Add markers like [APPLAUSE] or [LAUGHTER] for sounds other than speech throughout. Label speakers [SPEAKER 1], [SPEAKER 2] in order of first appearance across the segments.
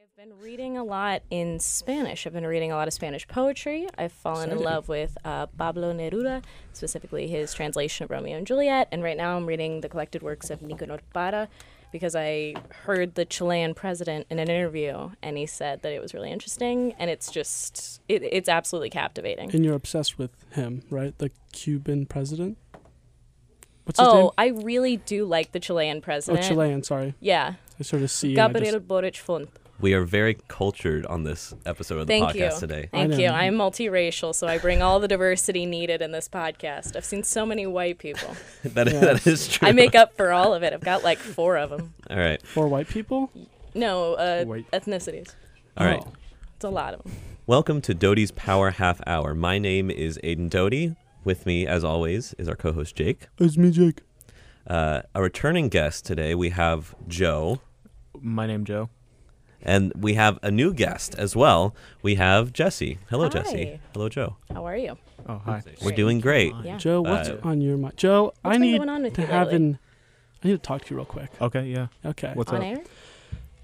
[SPEAKER 1] I've been reading a lot in Spanish. I've been reading a lot of Spanish poetry. I've fallen in
[SPEAKER 2] Exciting.
[SPEAKER 1] love with uh, Pablo Neruda, specifically his translation of Romeo and Juliet. And right now I'm reading the collected works of Nicanor Parra because I heard the Chilean president in an interview and he said that it was really interesting. And it's just, it, it's absolutely captivating.
[SPEAKER 2] And you're obsessed with him, right? The Cuban president? What's his name?
[SPEAKER 1] Oh, I really do like the Chilean
[SPEAKER 2] Oh,
[SPEAKER 1] president.
[SPEAKER 2] Chilean, sorry.
[SPEAKER 1] Yeah.
[SPEAKER 2] I sort of see. and I
[SPEAKER 1] Gabriel
[SPEAKER 2] just-
[SPEAKER 1] Boric Font.
[SPEAKER 3] We are very cultured on this episode of the
[SPEAKER 1] Thank
[SPEAKER 3] podcast
[SPEAKER 1] you.
[SPEAKER 3] today. [LAUGHS]
[SPEAKER 2] I
[SPEAKER 1] Thank you.
[SPEAKER 2] know.
[SPEAKER 1] I'm multiracial, so I bring all the diversity needed in this podcast. I've seen so many white
[SPEAKER 2] [LAUGHS]
[SPEAKER 1] people.
[SPEAKER 3] That,
[SPEAKER 2] Yeah.
[SPEAKER 3] that is true.
[SPEAKER 1] I make up for all of it. I've got like four of them.
[SPEAKER 3] [LAUGHS] All right.
[SPEAKER 2] Or white people?
[SPEAKER 1] No, uh,
[SPEAKER 2] White.
[SPEAKER 1] ethnicities.
[SPEAKER 3] All right.
[SPEAKER 2] Oh.
[SPEAKER 1] It's a lot of them.
[SPEAKER 3] Welcome to Doty's Power Half Hour. My name is Aiden Doty. With me, as always, is our co host Jake.
[SPEAKER 2] It's me, Jake.
[SPEAKER 3] Uh, a returning guest today, we have Joe.
[SPEAKER 4] My name Joe.
[SPEAKER 3] And we have a new guest as well. We have Jesse. Hello,
[SPEAKER 1] Hi.
[SPEAKER 3] Jesse. Hello, Joe.
[SPEAKER 1] How are you?
[SPEAKER 4] Oh hi.
[SPEAKER 3] We're doing great.
[SPEAKER 1] Yeah.
[SPEAKER 2] Joe, what's
[SPEAKER 3] Uh,
[SPEAKER 2] on your mind? Joe,
[SPEAKER 1] Ah. What's
[SPEAKER 2] I
[SPEAKER 1] been
[SPEAKER 2] need
[SPEAKER 1] going on with
[SPEAKER 2] to
[SPEAKER 1] you
[SPEAKER 2] have
[SPEAKER 1] lately?
[SPEAKER 2] an. I need to talk to you real quick.
[SPEAKER 4] Okay, yeah.
[SPEAKER 2] Okay.
[SPEAKER 4] What's
[SPEAKER 1] On
[SPEAKER 4] up?
[SPEAKER 1] air?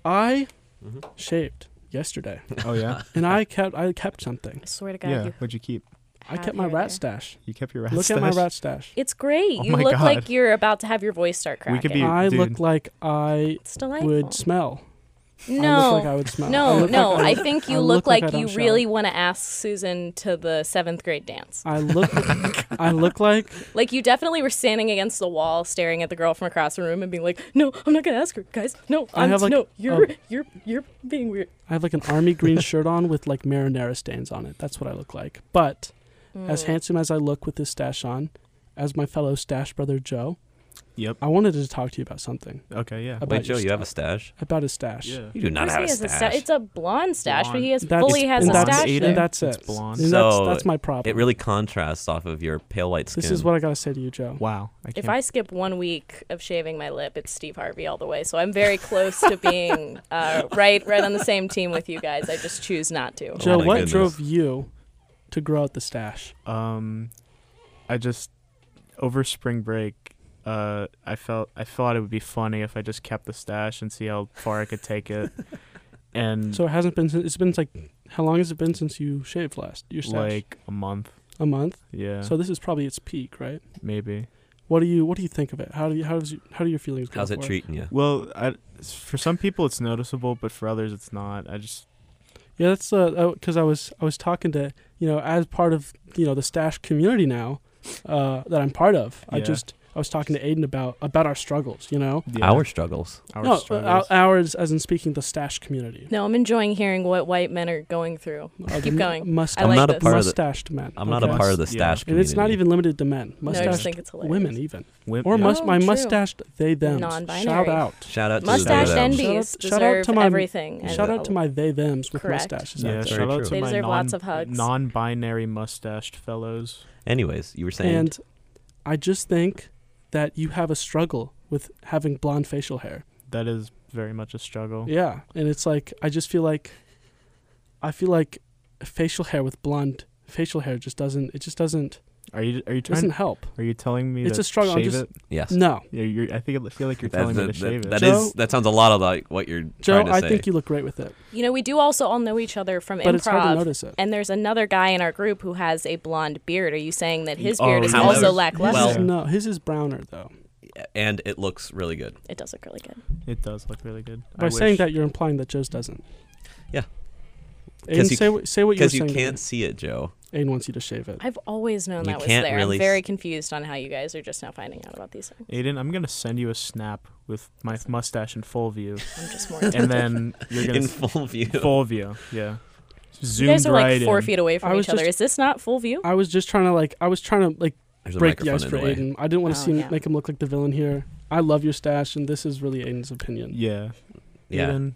[SPEAKER 2] I
[SPEAKER 3] Mhm.
[SPEAKER 2] shaved yesterday,
[SPEAKER 4] Oh yeah.
[SPEAKER 2] and I kept I kept something.
[SPEAKER 1] I swear to God,
[SPEAKER 4] yeah.
[SPEAKER 1] you
[SPEAKER 4] What'd you keep?
[SPEAKER 2] I
[SPEAKER 1] have
[SPEAKER 2] kept my
[SPEAKER 1] hair
[SPEAKER 2] rat
[SPEAKER 1] there.
[SPEAKER 2] stash.
[SPEAKER 4] You kept your rat
[SPEAKER 2] Look at my
[SPEAKER 4] stash?
[SPEAKER 2] rat stash.
[SPEAKER 1] It's great.
[SPEAKER 4] Oh
[SPEAKER 1] you
[SPEAKER 4] my
[SPEAKER 1] look
[SPEAKER 4] God.
[SPEAKER 1] like you're about to have your voice start cracking.
[SPEAKER 4] We could be- Dude,
[SPEAKER 2] I
[SPEAKER 4] dude.
[SPEAKER 2] look like I
[SPEAKER 1] It's delightful.
[SPEAKER 2] would smell. I
[SPEAKER 1] no.
[SPEAKER 2] look like I would smell. I
[SPEAKER 1] no,
[SPEAKER 2] look
[SPEAKER 1] no.
[SPEAKER 2] Like
[SPEAKER 1] I
[SPEAKER 2] I,
[SPEAKER 1] think you
[SPEAKER 2] I
[SPEAKER 1] look,
[SPEAKER 2] look like I
[SPEAKER 1] like you
[SPEAKER 2] don't
[SPEAKER 1] really want to ask Susan to the seventh grade dance.
[SPEAKER 2] I look.
[SPEAKER 4] [LAUGHS]
[SPEAKER 2] I look like
[SPEAKER 1] Like you definitely were standing against the wall, staring at the girl from across the room, and being like, "No, I'm not gonna ask her, guys. No,
[SPEAKER 2] I
[SPEAKER 1] I'm,
[SPEAKER 2] have, like, um,
[SPEAKER 1] no, you're
[SPEAKER 2] a-
[SPEAKER 1] you're you're being weird."
[SPEAKER 2] I have like an army
[SPEAKER 4] [LAUGHS]
[SPEAKER 2] green shirt on with like marinara stains on it. That's what I look like. But as
[SPEAKER 1] Mm.
[SPEAKER 2] handsome as I look with this stash on, as my fellow stash brother Joe,
[SPEAKER 4] Yep.
[SPEAKER 2] I wanted to talk to you about something
[SPEAKER 4] Okay, yeah.
[SPEAKER 2] About
[SPEAKER 3] Wait, Joe,
[SPEAKER 2] your
[SPEAKER 3] you have a
[SPEAKER 2] stash.
[SPEAKER 3] stash?
[SPEAKER 2] about his stash.
[SPEAKER 3] You do not
[SPEAKER 1] Of course
[SPEAKER 3] have
[SPEAKER 1] he
[SPEAKER 3] a
[SPEAKER 1] has
[SPEAKER 3] stash.
[SPEAKER 1] sta- it's a blonde stash, but he has
[SPEAKER 2] Blonde.
[SPEAKER 1] fully has
[SPEAKER 2] That's-
[SPEAKER 1] a
[SPEAKER 2] and that's-
[SPEAKER 1] stash.
[SPEAKER 4] Aiden.
[SPEAKER 1] there.
[SPEAKER 2] And that's
[SPEAKER 4] It's
[SPEAKER 2] it.
[SPEAKER 4] blonde.
[SPEAKER 2] And that's,
[SPEAKER 3] So,
[SPEAKER 2] that's my problem.
[SPEAKER 3] it really contrasts off of your pale white skin.
[SPEAKER 2] this is what I gotta say to you, Joe.
[SPEAKER 4] Wow. I
[SPEAKER 1] If
[SPEAKER 4] can't-
[SPEAKER 1] I skip one week of shaving my lip, it's Steve Harvey all the way. So I'm very close to being uh, right, right on the same team with you guys. I just choose not to.
[SPEAKER 3] Oh
[SPEAKER 2] Joe,
[SPEAKER 3] my
[SPEAKER 2] what
[SPEAKER 3] goodness.
[SPEAKER 2] drove you to grow out the stash?
[SPEAKER 4] um I just over spring break uh I felt I thought it would be funny if I just kept the stash and see how far I could
[SPEAKER 2] [LAUGHS]
[SPEAKER 4] take it.
[SPEAKER 3] Mm.
[SPEAKER 4] and
[SPEAKER 2] So it hasn't been. sin- It's been like, how long has it been since you shaved last? Your stash?
[SPEAKER 4] like a month.
[SPEAKER 2] a month.
[SPEAKER 4] Yeah.
[SPEAKER 2] So this is probably its peak, right?
[SPEAKER 4] maybe.
[SPEAKER 2] What do you What do you think of it? How do you How does you, How do your feelings? go
[SPEAKER 3] How's it
[SPEAKER 2] for
[SPEAKER 3] treating you?
[SPEAKER 4] Well, I, for some people it's noticeable, but for others it's not. I just
[SPEAKER 2] Yeah, that's uh because I was I was talking to you know as part of you know the stash community now, uh that I'm part of. I
[SPEAKER 4] Yeah.
[SPEAKER 2] just I was talking to Aiden about about our struggles. You know,
[SPEAKER 4] yeah,
[SPEAKER 3] Our struggles.
[SPEAKER 4] our
[SPEAKER 2] no uh,
[SPEAKER 4] struggles.
[SPEAKER 2] ou- ours as in speaking the stash community.
[SPEAKER 1] No, I'm enjoying herearing what white men are going through. [LAUGHS]
[SPEAKER 2] Of
[SPEAKER 1] Keep
[SPEAKER 2] mu-
[SPEAKER 1] going.
[SPEAKER 2] Must-
[SPEAKER 1] I like
[SPEAKER 3] I'm not
[SPEAKER 1] this.
[SPEAKER 3] a part of the.
[SPEAKER 2] mustached men.
[SPEAKER 3] I'm not a
[SPEAKER 2] okay?
[SPEAKER 3] part of the
[SPEAKER 4] Yeah.
[SPEAKER 3] stash
[SPEAKER 2] And it's not
[SPEAKER 3] community.
[SPEAKER 2] even limited to men.
[SPEAKER 1] No, I just
[SPEAKER 2] Mustached
[SPEAKER 1] think it's hilarious.
[SPEAKER 2] women even,
[SPEAKER 4] Wimp-
[SPEAKER 2] or
[SPEAKER 4] yeah.
[SPEAKER 2] must my
[SPEAKER 1] Oh, true.
[SPEAKER 2] mustached they them.
[SPEAKER 1] Non-binary.
[SPEAKER 2] Shout out.
[SPEAKER 3] Shout out to
[SPEAKER 1] Mustache
[SPEAKER 3] the
[SPEAKER 2] them.
[SPEAKER 1] envies
[SPEAKER 2] Shout out-
[SPEAKER 1] deserve
[SPEAKER 2] shout out to my-
[SPEAKER 1] everything. and
[SPEAKER 2] Shout out to my they thems with
[SPEAKER 1] Correct.
[SPEAKER 2] mustaches.
[SPEAKER 4] Yeah,
[SPEAKER 2] out there.
[SPEAKER 3] very
[SPEAKER 4] shout out
[SPEAKER 3] true.
[SPEAKER 4] to
[SPEAKER 1] They
[SPEAKER 4] my
[SPEAKER 1] deserve
[SPEAKER 4] non,
[SPEAKER 1] lots of hugs.
[SPEAKER 4] non-binary mustached fellows.
[SPEAKER 3] Anyways, you were saying.
[SPEAKER 2] And I just think that you have a struggle with having blonde facial hair.
[SPEAKER 4] That is very much a struggle.
[SPEAKER 2] Yeah, and it's like I just feel like I feel like facial hair with blonde facial hair just doesn't it just doesn't
[SPEAKER 4] Are you are you trying?
[SPEAKER 2] doesn't help.
[SPEAKER 4] Are you telling me
[SPEAKER 2] It's
[SPEAKER 4] to
[SPEAKER 2] a struggle, I'm
[SPEAKER 4] shave
[SPEAKER 2] just-
[SPEAKER 4] it?
[SPEAKER 3] yes.
[SPEAKER 2] No,
[SPEAKER 4] Yeah, you're, I think I feel like you're
[SPEAKER 3] That,
[SPEAKER 4] telling me to
[SPEAKER 3] that-
[SPEAKER 4] shave it.
[SPEAKER 3] that
[SPEAKER 2] Joe-
[SPEAKER 3] is- that sounds a lot of like what you're
[SPEAKER 2] Joe,
[SPEAKER 3] trying to
[SPEAKER 2] I
[SPEAKER 3] say.
[SPEAKER 2] think you look great with it,
[SPEAKER 1] You know, we do also all know each other from improv.
[SPEAKER 2] but it's hard to notice it.
[SPEAKER 1] And there's another guy in our group who has a blonde beard. Are you saying that his
[SPEAKER 4] Oh,
[SPEAKER 1] beard is
[SPEAKER 3] yeah.
[SPEAKER 1] also
[SPEAKER 3] However-
[SPEAKER 2] His
[SPEAKER 1] lackluster?
[SPEAKER 3] Well-
[SPEAKER 2] is, no, his is browner though.
[SPEAKER 3] and it looks really good.
[SPEAKER 1] it does look really good.
[SPEAKER 4] it does look really good. I
[SPEAKER 2] By saying
[SPEAKER 4] wish.
[SPEAKER 2] that, you're implying that Joe's doesn't.
[SPEAKER 3] Yeah.
[SPEAKER 2] Aiden,
[SPEAKER 3] 'Cause you
[SPEAKER 2] say, what- say what you're
[SPEAKER 3] Because you
[SPEAKER 2] saying. to
[SPEAKER 3] can't see it, Joe.
[SPEAKER 2] me. Aiden wants you to shave it.
[SPEAKER 1] I've always known
[SPEAKER 3] You
[SPEAKER 1] that was
[SPEAKER 3] can't
[SPEAKER 1] there.
[SPEAKER 3] really
[SPEAKER 1] I'm very confused on how you guys are just now finding out about these things.
[SPEAKER 4] Aiden, I'm gonna send you a snap with my mustache in
[SPEAKER 2] [LAUGHS]
[SPEAKER 4] full view,
[SPEAKER 1] I'm just more.
[SPEAKER 4] and then you're gonna
[SPEAKER 3] In
[SPEAKER 4] s-
[SPEAKER 3] full view.
[SPEAKER 4] full view. Yeah,
[SPEAKER 1] you
[SPEAKER 4] zoomed
[SPEAKER 1] guys are
[SPEAKER 4] right
[SPEAKER 1] like four
[SPEAKER 4] in.
[SPEAKER 1] feet away
[SPEAKER 2] I
[SPEAKER 1] from
[SPEAKER 2] was
[SPEAKER 1] each other.
[SPEAKER 2] just-
[SPEAKER 1] Is this not full view?
[SPEAKER 2] I was just trying to like I was trying to like
[SPEAKER 3] There's a
[SPEAKER 2] break the ice
[SPEAKER 3] microphone
[SPEAKER 2] for
[SPEAKER 3] in the way.
[SPEAKER 2] Aiden. I didn't want to
[SPEAKER 1] Oh,
[SPEAKER 2] see him,
[SPEAKER 1] yeah.
[SPEAKER 2] make him look like the villain here. I love your stash, and this is really Aiden's opinion.
[SPEAKER 4] Yeah,
[SPEAKER 3] Yeah.
[SPEAKER 4] Aiden,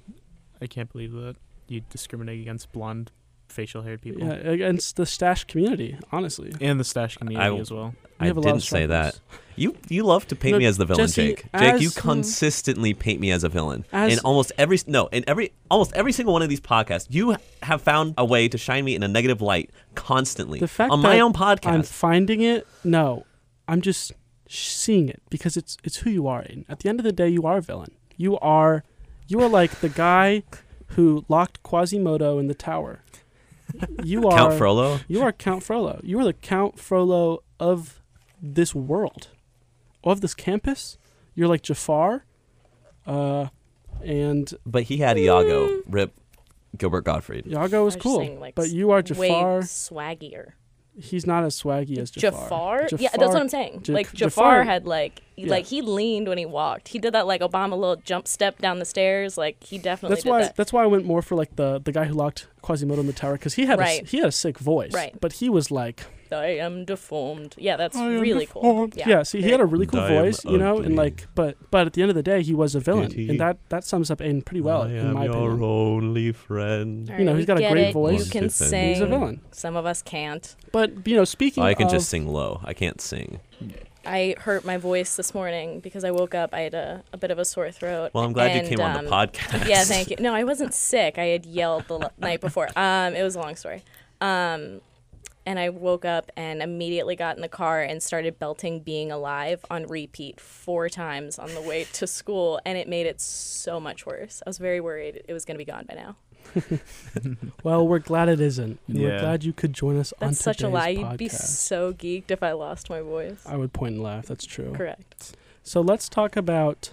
[SPEAKER 4] I can't believe that you discriminate against blonde, facial haired people.
[SPEAKER 2] Yeah, against the stash community, honestly.
[SPEAKER 4] And the stash community
[SPEAKER 3] will-
[SPEAKER 4] as well.
[SPEAKER 2] We
[SPEAKER 3] I
[SPEAKER 2] have a lot of
[SPEAKER 3] didn't say that.
[SPEAKER 2] struggles.
[SPEAKER 3] You you love to paint
[SPEAKER 2] No,
[SPEAKER 3] me as the villain,
[SPEAKER 2] Jesse,
[SPEAKER 3] Jake. Jake, you
[SPEAKER 2] as-
[SPEAKER 3] consistently paint me as a villain.
[SPEAKER 2] As-
[SPEAKER 3] in almost every no, in every almost every single one of these podcasts, you have found a way to shine me in a negative light constantly.
[SPEAKER 2] The fact
[SPEAKER 3] on my
[SPEAKER 2] that
[SPEAKER 3] own
[SPEAKER 2] I'm
[SPEAKER 3] podcast.
[SPEAKER 2] finding it. No, I'm just sh- seeing it because it's it's who you are. Aiden. At the end of the day, you are a villain. You are, you are like the guy who locked Quasimodo in the tower. You are
[SPEAKER 3] Count Frollo.
[SPEAKER 2] You are Count Frollo. You are the Count Frollo of this world, of this campus. You're like Jafar, uh, and
[SPEAKER 3] But he had
[SPEAKER 1] Mm.
[SPEAKER 3] Iago. Rip Gilbert Gottfried.
[SPEAKER 2] Yago is
[SPEAKER 1] I was just
[SPEAKER 2] cool,
[SPEAKER 1] saying, like,
[SPEAKER 2] but you are
[SPEAKER 1] Way
[SPEAKER 2] Jafar.
[SPEAKER 1] swaggier.
[SPEAKER 2] He's not as swaggy as Jafar.
[SPEAKER 1] Jafar? Yeah, that's what I'm saying.
[SPEAKER 2] Ja-
[SPEAKER 1] like Jafar,
[SPEAKER 2] Jafar-
[SPEAKER 1] had like he-
[SPEAKER 2] Yeah.
[SPEAKER 1] like he leaned when he walked. He did that like Obama little jump step down the stairs. Like he definitely
[SPEAKER 2] That's
[SPEAKER 1] did
[SPEAKER 2] why.
[SPEAKER 1] that.
[SPEAKER 2] That's why I went more for like the the guy who locked Quasimodo in the tower because he had a,
[SPEAKER 1] Right.
[SPEAKER 2] s- he had a sick voice,
[SPEAKER 1] Right.
[SPEAKER 2] but he was like
[SPEAKER 1] I am deformed. Yeah, that's
[SPEAKER 2] I am
[SPEAKER 1] really cool.
[SPEAKER 2] deformed. Yeah, see, he had a really cool
[SPEAKER 3] I am
[SPEAKER 2] voice, you know,
[SPEAKER 3] ugly.
[SPEAKER 2] and like, but but at the end of the day, he was a villain,
[SPEAKER 3] Did he?
[SPEAKER 2] and that that sums up Aiden pretty well, in my opinion.
[SPEAKER 3] only friend.
[SPEAKER 1] All
[SPEAKER 2] you know,
[SPEAKER 1] right,
[SPEAKER 2] he's
[SPEAKER 1] we
[SPEAKER 2] got a
[SPEAKER 1] get
[SPEAKER 2] great
[SPEAKER 1] it.
[SPEAKER 2] voice.
[SPEAKER 1] You can
[SPEAKER 3] He's a
[SPEAKER 1] sing.
[SPEAKER 2] He's a villain.
[SPEAKER 1] Some of us can't.
[SPEAKER 2] But you know, speaking,
[SPEAKER 3] I can
[SPEAKER 2] of,
[SPEAKER 3] just sing low. I can't sing.
[SPEAKER 1] I hurt my voice this morning because I woke up. I had a, a bit of a sore throat.
[SPEAKER 3] Well, I'm glad
[SPEAKER 1] and,
[SPEAKER 3] you came on the
[SPEAKER 1] um,
[SPEAKER 3] podcast.
[SPEAKER 1] Yeah, thank you. No, I wasn't sick. I had yelled the l- night before. Um, it was a long story. Um, and I woke up and immediately got in the car and started belting "Being Alive" on repeat four times on the way to school, and it made it so much worse. I was very worried it was going to be gone by now.
[SPEAKER 2] Well, we're glad it isn't. And We're
[SPEAKER 4] Yeah.
[SPEAKER 2] glad you could join us on
[SPEAKER 1] That's such a
[SPEAKER 2] today's
[SPEAKER 1] lie. You'd be
[SPEAKER 2] podcast.
[SPEAKER 1] so geeked if I lost my voice.
[SPEAKER 2] I would point and laugh. That's true.
[SPEAKER 1] Correct.
[SPEAKER 2] So let's talk about